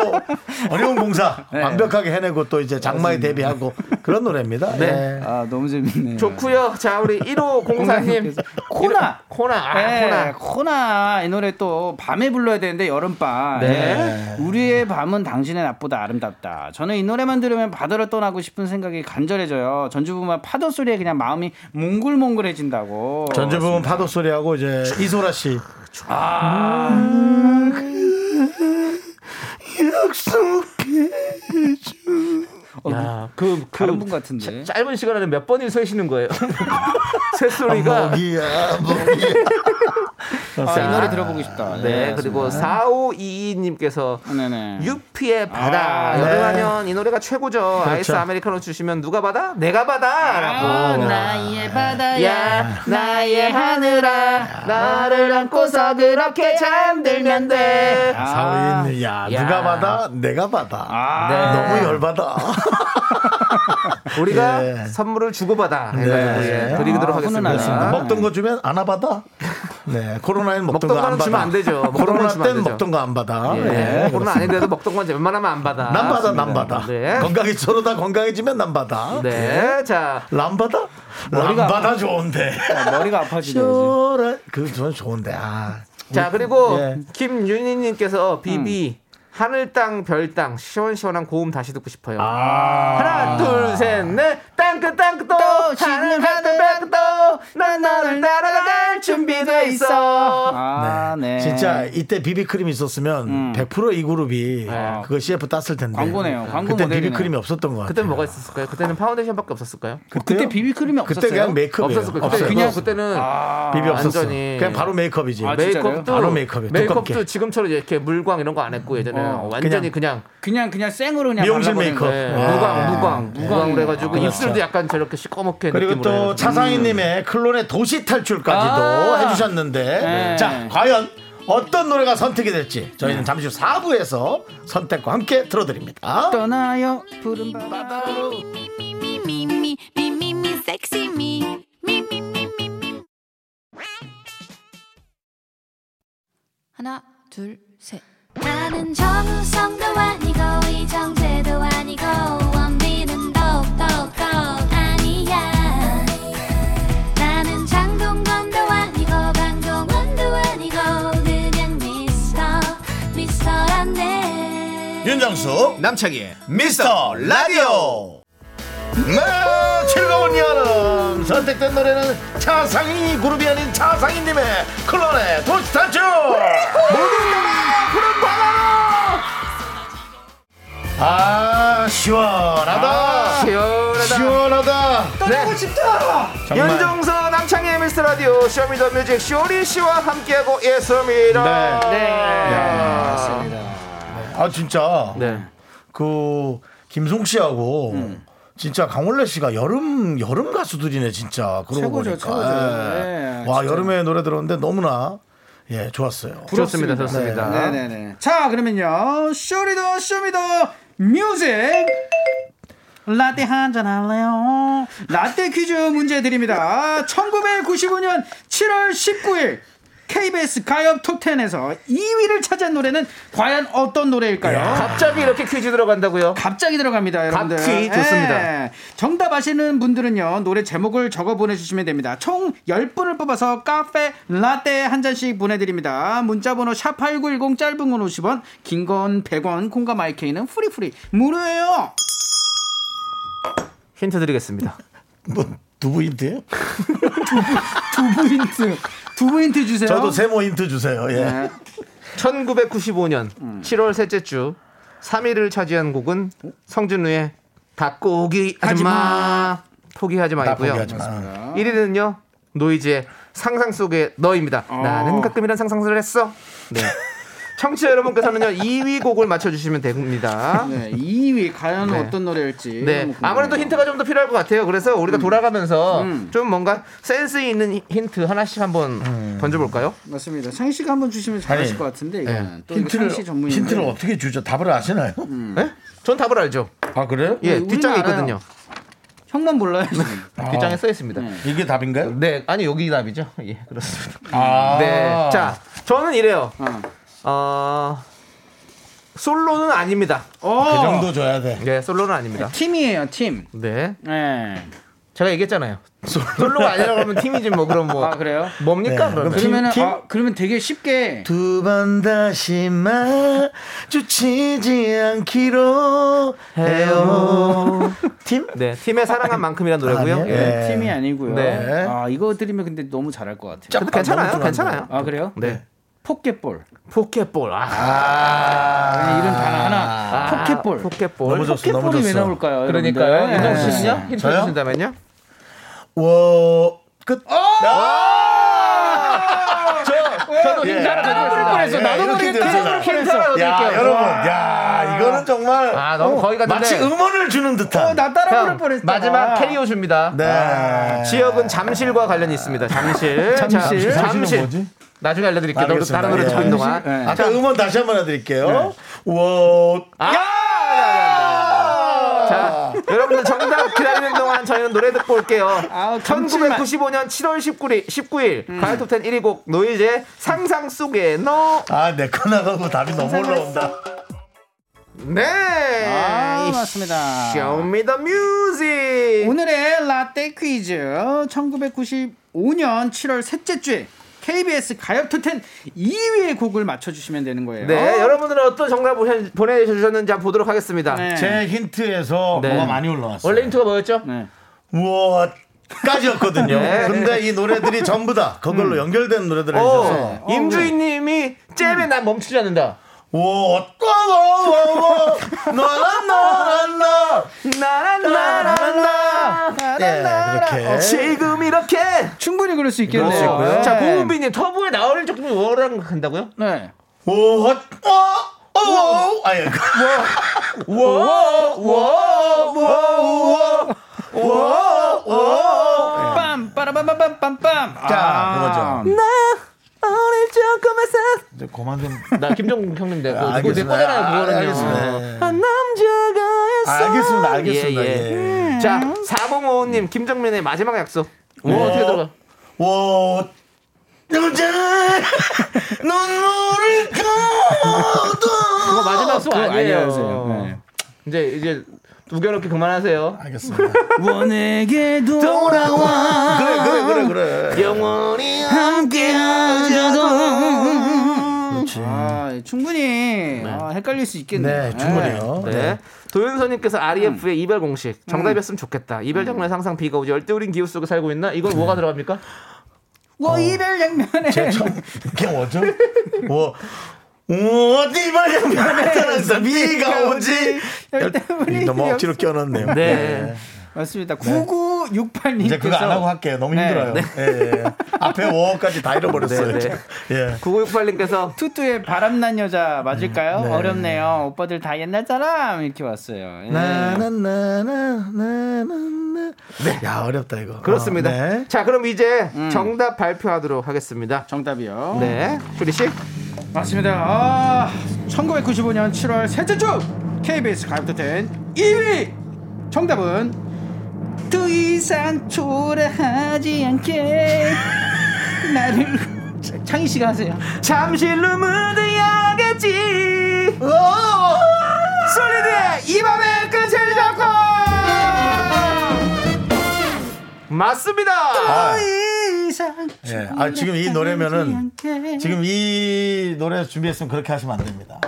어려운 공사 네. 완벽하게 해내고 또 이제 장마에 대비하고 그런 노래입니다. 네. 예. 아, 너무 재밌네요. 좋고요. 자, 우리 1호 공사님. 공사님께서. 코나! 코나. 아, 네, 코나. 코나 이 노래 또 밤에 불러야 되는데 여름밤. 네. 예. 우리의 밤은 당신의 낮보다 아름답다. 저는 이 노래만 들으면 바다를 떠나고 싶은 생각이 간절해져요. 전주부만 파도 소리에 그냥 마음이 몽글몽글해진다고. 전주부분 파도 소리하고 이제 이소라 씨. 야, 그, 그 다른 분 같은데. 짧은 시간 안에 몇 번을 세시는 거예요? *laughs* 아, 뭐, 새소리가. 목이야, 목이야. 아, 자. 이 노래 들어보고 싶다. 네, 그리고 4522님께서 네네. 유피의 바다 음. 아, 네. 그렇죠. 여름하면 이 노래가 최고죠 아이스 아메리카노 주시면 누가 받아? 내가 받아라고 나의 바다야. 야 나의 하늘아 나를 안고서 그렇게 잠들면 돼 사오인, 야, 아. 야. 네. 누가 받아? 내가 받아. 너무 열받아. 우리가 예. 선물을 주고받아 네. 해가지고 예, 드리도록 아, 하겠습니다 훈훈하다. 먹던 거 주면 안 받아? 네, 코로나엔 먹던 먹던 거 안 거는 받아. 주면 안 되죠. 먹던 거는 코로나 주면 안 땐 되죠. 먹던 거 안 받아. 예, 예. 오늘 아닌데도 먹던 건 웬만하면 안 받아 난 받아, 난 받아. 네. 건강이 서로 다 건강해지면 난 받아. 네자 람 받아? 람 머리가 받아 *laughs* 좋은데. 아, 머리가 아파지네. 쇼라 그 저는 좋은데. 아. 자 그리고 예. 음. 김윤희님께서 비비 하늘 땅 별 땅 시원시원한 고음 다시 듣고 싶어요. 아. 하나 둘셋넷 땅끝 땅끝 또 하늘 하늘 땅끝 또난 너를 따라갈 준비돼 있어. 아, 네. 음. 진짜 이때 비비크림 있었으면 100%이 그룹이 그거 CF 땄을 텐데. 네. 광고네요. 광고 그때 모델이네요. 비비크림이 없었던 것 같아요. 그때 뭐가 있었을까요? 그때는 파운데이션밖에 없었을까요? 그때 그때요? 비비크림이 그때 없었어요. 그냥 메이크업이에요. 없었을 거예요. 그때 없어요. 그냥 그때는 비비 없었어. 완전히. 그냥 바로 메이크업이지. 아, 진짜요? 메이크업도 바로 메이크업이에요. 두껍게. 메이크업도 지금처럼 이렇게 물광 이런 거 안 했고 예전에 어, 완전히 그냥, 그냥 그냥 생으로 그냥 미용실 발라버리는 메이크업. 거예요. 예, 아. 무광 무광 무광 그래가지고 그렇죠. 입술도 약간 저렇게 시꺼멓게 그리고 느낌으로 또 해가지고. 차상희님의 클론의 도시 탈출까지도 아. 해주셨는데 네. 자 과연 어떤 노래가 선택이 될지 저희는 잠시 후 4부에서 선택과 함께 들어드립니다. 떠나요 푸른 바다. me, me, me, me, me, me, sexy me. Me, me, me, me, me. 하나, 둘, 셋. 나는 정우성도 아니고 이정재도 아니고 원빈은 더욱더 아니야 나는 장동건도 아니고 강동원도 아니고 그냥 미스터 미스터란데 윤정수 남창희의 미스터 라디오 네 즐거운 여름 선택된 노래는 차상희 그룹이 아닌 차상희님의 클론의 도시 탈출 모든 노래 푸른 바다로 아 아, 시원하다. 시원하다. 시원하다. 네. 떠나고 싶다. 윤정선 남창의 미스 라디오 쇼미더뮤직 쇼리 씨와 함께하고 있습니다. 네. 네. 아 진짜 네. 그 김송 씨하고 음. 진짜 강원래 씨가 여름 여름 가수들이네 진짜 그러고 최고죠, 보니까. 최고죠. 예. 네, 와 진짜. 여름에 노래 들었는데 너무나 예 좋았어요. 좋습니다. 네. 좋습니다. 네네네. 자, 그러면요. 쇼리더, 쇼미더, 뮤직. 라떼 한잔 할래요? 라떼 퀴즈 문제 드립니다. 1995년 7월 19일. KBS 가요 톱10에서 2위를 차지한 노래는 과연 어떤 노래일까요? 갑자기 이렇게 퀴즈 들어간다고요? 갑자기 들어갑니다, 여러분들. 갑퀴 좋습니다. 예. 정답 아시는 분들은요, 노래 제목을 적어 보내주시면 됩니다. 총 10분을 뽑아서 카페 라떼 한 잔씩 보내드립니다. 문자번호 샵8910 짧은 건 50원, 긴 건 100원, 콩과 마이케이는 프리프리. 무료예요! 힌트 드리겠습니다. 뭐 두부 힌트요? 두부 힌트. 두부 힌트 주세요. 저도 세모 힌트 주세요. 예. 네, 1995년 7월 셋째 주 3위를 차지한 곡은 성준우의 다 포기 하지 마. 포기하지 나 마이고요. 포기하지 마. 1위는요. 노이즈의 상상 속의 너입니다. 나는 가끔 이런 상상을 했어. *laughs* 네. 청취자 여러분께서는요. 2위 곡을 맞춰 주시면 됩니다. 네. 네, 2위 과연 네. 어떤 노래일지. 너무 궁금해요. 아무래도 힌트가 좀 더 필요할 것 같아요. 그래서 우리가 음. 돌아가면서 좀 뭔가 센스 있는 히- 힌트 하나씩 한번 던져볼까요? 맞습니다. 상희 씨가 한번 주시면 잘하실 아니, 것 네. 같은데 이거는 음. 또 힌트를 상희 전문인. 힌트를 어떻게 주죠? 답을 아시나요? 예? 전 답을 알죠. 아 그래요? 예, 네, 우리는 뒷장에 알아요. 있거든요. 형만 몰라요. 지금. 뒷장에 써 있습니다. 이게 어. 답인가요? 네, 아니 여기 답이죠. 예, 그렇습니다. 아. 네, 자, 저는 이래요. 어. 어, 솔로는 아닙니다. 그 어, 정도 줘야 돼. 네, 솔로는 아닙니다. 팀이에요, 팀. 네, 네. 제가 얘기했잖아요. 솔로가 아니라고 하면 팀이지 뭐 그럼 뭐 아 그래요? 뭡니까 네, 그러면? 그럼 팀- 그러면은 팀? 아, 그러면 되게 쉽게 두 번 다시 마주치지 않기로 해요. 팀? 네, 팀의 사랑한 만큼이란 노래고요. 아니에요? 예. 네. 팀이 아니고요. 네. 아 이거 드리면 근데 너무 잘할 것 같아요. 근데 괜찮아요, 너무 좋아하는데. 괜찮아요. 아 그래요? 네, 포켓볼. 네, 포켓볼. 아, 아, 이런 단어 하나. 아, 포켓볼. 포켓볼. 너무 좋았어, 너무 포켓볼이 왜 좋았어. 나올까요? 그러니까요. 여러분들? 윤정 씨 네. 씨요? 힌트 저요? 주신다면요? 워 끝. 아! 저 저도 예. 힌트 하나 드리겠습니다. 예, 이렇게 되잖아. 힌트 하나 야, 드릴게요. 여러분, 야, 이거는 정말 어, 아, 너무 거의 같은데. 마치 음원을 주는 듯한. 나 따라 부를 형, 뻔했어. 마지막 캐리어 줍니다. 네. 아, 지역은 잠실과 관련이 있습니다. 잠실. 잠실. 잠실. 나중에 알려드릴게요. 너도 알겠습니다. 다른 노래 예. 듣는 동안. 네. 네. 아까 음원 다시 한번 해드릴게요. 워 아! 자, 여러분들 정답 기다리는 동안 저희는 노래 듣고 올게요. 아우, 감칠맛. 1995년 7월 19일, 19일 가요톱10 1위 곡 노이즈의 상상 속에 너. 아, 내 거 나가고 답이 너무 올라온다. 네. 아 맞습니다. Show me the music. 오늘의 라떼 퀴즈 1995년 7월 셋째 주에 KBS 가요 투텐 2위의 곡을 맞춰주시면 되는 거예요. 네, 여러분들은 어떤 정답 보내- 보내주셨는지 한번 보도록 하겠습니다. 네. 제 힌트에서 네. 뭐가 많이 올라왔어요. 원래 힌트가 뭐였죠? 네. 우와 까지였거든요. *laughs* 네. 음. 근데 이 노래들이 전부 다 그걸로 연결된 노래들을 네. 해주셔서 어, 임주인님이 잼에 난 멈추지 않는다. 우와와와와 나란나란나 음. 네. 나란나란나. 예 이렇게 지금 이렇게. 충분히 그럴 수 있겠네요. 그럴 수 있고요. 자, 고은비님 터보에 나오는 쪽 중에 워랑 간다고요? 네. 어, 우와와와와 어. 아예 빰 빠라밤밤밤 빰빰. 아. 자 그거죠. 어릴 적금에서. 이제 그만 좀 나 김종국 형님 어, 내 아, 거. 그거 내 알겠습니다. 아, 거잖아요, 아. 알겠습니다. 그거는요. 한 남자가 했어. 알겠습니다 알겠습니다. 예. 자, 4055님 김정민의 마지막 약속. 뭐 어떻게 들어가? 와 여자 *laughs* 눈물을 가둬 그거 마지막 약속 아니에요. 요새요. 네. 이제 이제 우겨놓기 그만하세요. 알겠습니다. 원에게도 돌아와 그래 그래 그래 그래. 영원히 아, 충분히 아, 헷갈릴 수 있겠네. 네 충분해요. 네. 도윤서님께서 REF의 이별 음. 공식 정답이었으면 좋겠다. 이별 장면에 항상 비가 오지 열대우린 기후 속에 살고 있나? 이건 뭐가 들어갑니까? 어. 와 뭐, 이별 장면에 *laughs* 네. 제 처음 이게 뭐죠? 워 어디 마냥 변했다면서 미가 오지 열 때문에 너무 억지로 껴넣네요 네. 맞습니다. 9968님께서 이제 그거 안 하고 할게요 너무 네. 힘들어요 예, 예. 앞에 워까지 다 잃어버렸어요 네, 네. 예. 9968님께서 투투의 바람난 여자 맞을까요? 어렵네요. 오빠들 다 옛날 사람 이렇게 왔어요. 예. 나나나나나나 네. 야 어렵다 이거 그렇습니다. 아, 네. 자, 그럼 이제 정답 발표하도록 하겠습니다. 정답이요. 네, 주리 씨. 맞습니다. 아, 1995년 7월 셋째 주 KBS 가입도 된 2위 정답은 더 이상 초라하지 않게 *laughs* 나를 창희 씨가 하세요. 잠실로 무대야겠지. 솔리드의 이 밤의 끝을 잡고. 맞습니다. 아, 더 이상 예. 아, 지금 이 노래면은 지금 이 노래 준비했으면 그렇게 하시면 안 됩니다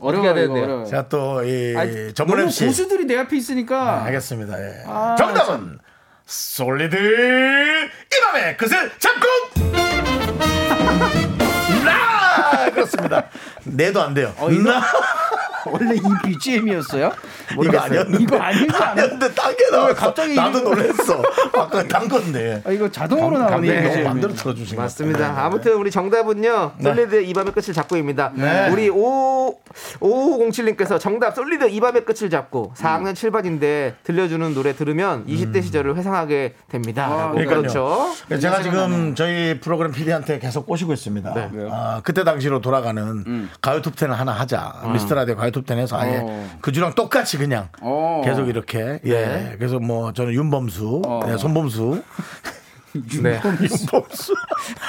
어려워요. 해야 이거 되는데요? 어려워요. 제가 또이 아, 아니, 전문 너무 MC 고수들이 내 앞에 있으니까 알겠습니다. 예. 아, 네. 정답은 솔리드 이 밤의 끝을 잡고 *laughs* 나 그렇습니다. 내도 안 돼요. 어, 이 노래- 나 원래 이 BGM이었어요? 이거 아니었는데 이거 아니지 않았어요? 아니었는데 딴게 나와. 갑자기 갑자기 나도 이름을- 놀랬어. 아까 딴 건데. 아, 이거 자동으로 나오네. 너무 BGM 이. 만들어 들어주신 것 맞습니다. 같아요. 아무튼 우리 정답은요. 네. 솔리드의 이 밤의 끝을 잡고입니다. 네. 우리 5 5507님께서 정답 솔리드 이 밤의 끝을 잡고 4학년 7반인데 들려주는 노래 들으면 20대 시절을 회상하게 됩니다. 라고. 그러니까요. 음. 그렇죠. 제가 지금 저희 프로그램 PD한테 계속 꼬시고 있습니다. 네. 아, 그때 당시로 돌아가는 가요 톱텐을 하나 하자. 미스터 라디오 가요 톱텐에서 아예 그 주랑 똑같이 그냥 어. 계속 이렇게. 예. 그래서 뭐 저는 윤범수, 네, 손범수, 네. *laughs* 윤범수.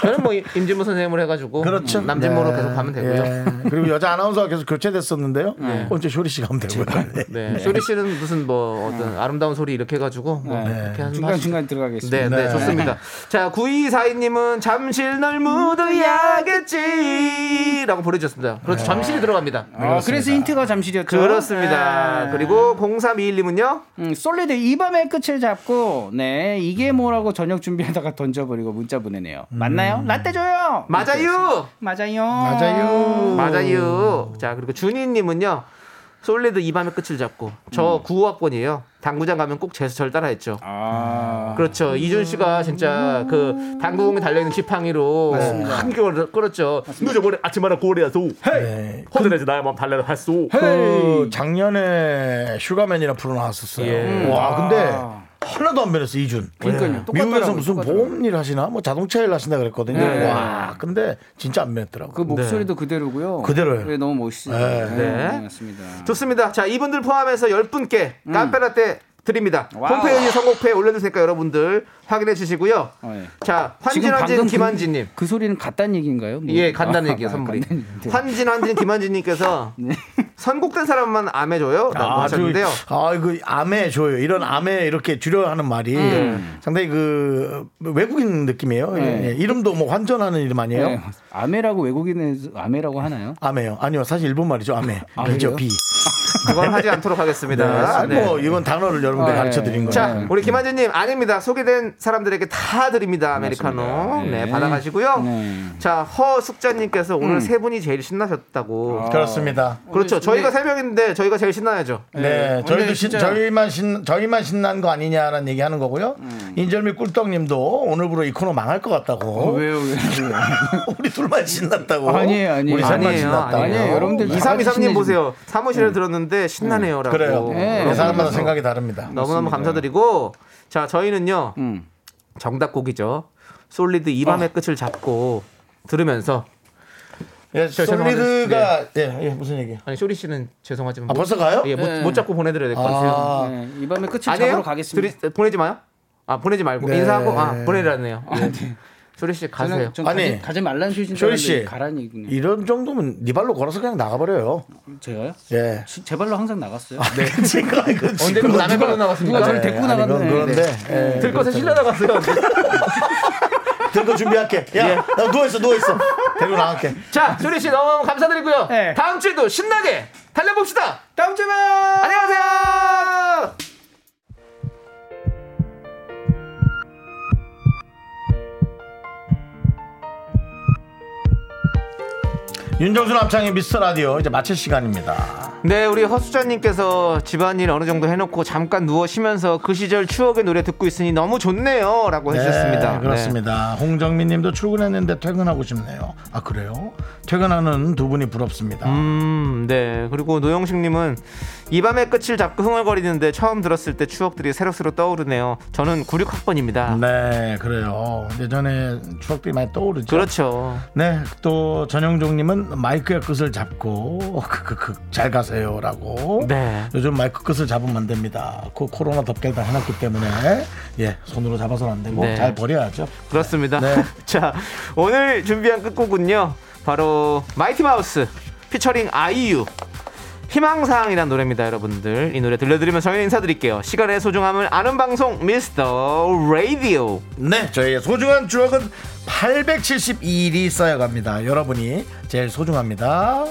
저는 뭐 임진모 선생님을 해가지고 음, 그렇죠. 남진모로 네. 계속 가면 되고요. 예. 그리고 여자 아나운서가 계속 교체됐었는데요. 언제 쇼리 씨가 하면 되고요. *laughs* 네. 네. 쇼리 씨는 무슨 뭐 어떤 아름다운 소리 이렇게 해가지고 뭐 이렇게 하는 중간 중간 들어가겠습니다. 네, 네, 네. 좋습니다. 자, 9242님은 잠실 널 묻어야겠지. 라고 보내주셨습니다. 그렇죠. 잠실이 들어갑니다. 아, 그래서 힌트가 잠시였죠. 그렇습니다. 네. 그리고 0321님은요? 음, 솔리드 이 밤의 끝을 잡고 네 음. 이게 뭐라고 저녁 준비하다가 던져버리고 문자 보내네요. 맞나요? 라떼 줘요. 맞아요! 맞아요. 맞아요. 맞아요. 자, 그리고 준희님은요? 솔리드 이 밤의 끝을 잡고. 저 9호학번이에요. 당구장 가면 꼭 제스처를 따라했죠. 아, 그렇죠. 이준 씨가 진짜 그 당구공에 달려있는 지팡이로 한겨울을 끌었죠. 늦어버려 아침마다 고래야 소. 네. 호들에서 나의 마음 달래라 할수 그 작년에 슈가맨이라 프로 나왔었어요. 예. 와, 근데 하나도 안 변했어, 이준. 예. 그러니까요. 똑같더라고요, 미국에서 무슨 똑같더라고요. 보험 일 하시나? 뭐 자동차 일 하시나 그랬거든요. 네. 와, 근데 진짜 안 변했더라고. 그 목소리도 그대로고요. 그대로예요. 네, 너무 멋있습니다. 네. 네. 맞습니다. 좋습니다. 자, 이분들 포함해서 10분께 깜페라떼 드립니다. 음. 와우. 홈페이지 선곡표에 올려주니까 여러분들 확인해 주시고요. 어, 예. 자, 지금 환진환진 방금 김한진님. 그, 그 소리는 같단 얘기인가요? 뭐. 예, 간단한 아, 얘기예요, 아, 선물이. 간단한 얘기인데. 환진환진 *laughs* 김한진님께서 네. 선곡된 사람만 암해줘요? 라고 아, 하셨는데요. 아, 이거 암에 줘요. 이런 암에 이렇게 줄여 하는 말이 상당히 그 외국인 느낌이에요. 음. 네. 예, 이름도 뭐 환전하는 이름 아니에요? 네. 아메라고 외국인에서 아메라고 하나요? 암에요. 아니요, 사실 일본 말이죠. 암에. 아, 그죠? 그래요? 비. 그건 하지 않도록 하겠습니다. 아, 네. 뭐 이건 단어를 여러분들 아, 가르쳐 드린 예. 거예요. 자, 우리 김한진님 아닙니다. 소개된 사람들에게 다 드립니다. 아메리카노. 맞습니다. 네, 네. 받아가시고요. 네. 음. 자, 허숙자님께서 오늘 세 분이 제일 신나셨다고. 아. 그렇습니다. 아, 그렇죠. 저희가 세 명인데 저희가 제일 신나야죠. 네, 네, 저희도 오늘 신, 진짜- 저희만 신 저희만 신난 거 아니냐라는 얘기하는 거고요. 음. 인절미 꿀떡님도 오늘부로 이 코너 망할 것 같다고. 어, 왜요? 왜요? *laughs* 우리 둘만 신났다고. 아니에요, 아니에요. 우리 셋만 아니에요, 신났다고. 네. 아니에요. 여러분들 다 2323님 신내지. 보세요. 사무실에 들었는데 신나네요라고. 그래요. 네. 네, 사람마다 생각이 다릅니다. 너무너무 감사드리고 자, 저희는요. 음. 정답곡이죠. 솔리드 이 밤의 끝을 잡고 들으면서 예, 저 죄송합니다. 솔리드가 예, 예, 무슨 얘기? 아니 쇼리 씨는 죄송하지만 아, 못- 벌써 가요? 예, 못, 네. 못 잡고 보내드려야 될 것 같아요. 아, 네, 이 밤에 끝을 아, 니에요 잡으러 가겠습니다. 보내지 마요. 아 보내지 말고 네. 인사하고 아 보내라네요. 예. 쇼리 씨 가세요. 저는 좀 아니, 가지, 가지 말라는 뜻인 줄 쇼리 알았는데 씨. 가라는 얘기군요. 이런 정도면 네 발로 걸어서 그냥 나가버려요. 제가요? *laughs* 예. 시- 제 발로 항상 나갔어요. 네. 지금 이거 언제 또 남의 걸로 누가 나왔습니까? 저를 데리고 아니, 그건 나갔네. 그런데 예, 들것에 실려다 갔어요. *laughs* 들고 준비할게. 야, 예. 나 누워 있어, 누워 있어. 데리고 나갈게. 자 쇼리 씨 너무 감사드리고요. 네. 다음 주에도 신나게 달려봅시다. 다음 주에 봐요. 안녕하세요. 윤정수 남창의 미스터 라디오 이제 마칠 시간입니다. 네, 우리 허수자님께서 집안일 어느 정도 해놓고 잠깐 누워 쉬면서 그 시절 추억의 노래 듣고 있으니 너무 좋네요. 라고 해주셨습니다. 네, 그렇습니다. 홍정민 님도 출근했는데 퇴근하고 싶네요. 아, 그래요? 퇴근하는 두 분이 부럽습니다. 네. 음, 네. 그리고 노영식님은 이 밤의 끝을 잡고 흥얼거리는데 처음 들었을 때 추억들이 새록새록 떠오르네요. 저는 96학번입니다. 네, 그래요. 예전에 추억들이 많이 떠오르죠. 그렇죠. 네, 또 전영종님은 마이크의 끝을 잡고 크크크 잘 가세요라고. 네. 요즘 마이크 끝을 잡으면 안 됩니다. 그 코로나 덮개를 다 해놨기 때문에 예 손으로 잡아서는 안 되고 네. 잘 버려야죠. 그렇습니다. 네. *laughs* 자, 오늘 준비한 끝곡은요. 바로 마이티 마우스 피처링 아이유 희망사항이란 노래입니다, 여러분들. 이 노래 들려드리면서 저희는 인사드릴게요. 시간의 소중함을 아는 방송 미스터 라디오. 네, 저희의 소중한 추억은 872일이 쌓여갑니다. 여러분이 제일 소중합니다.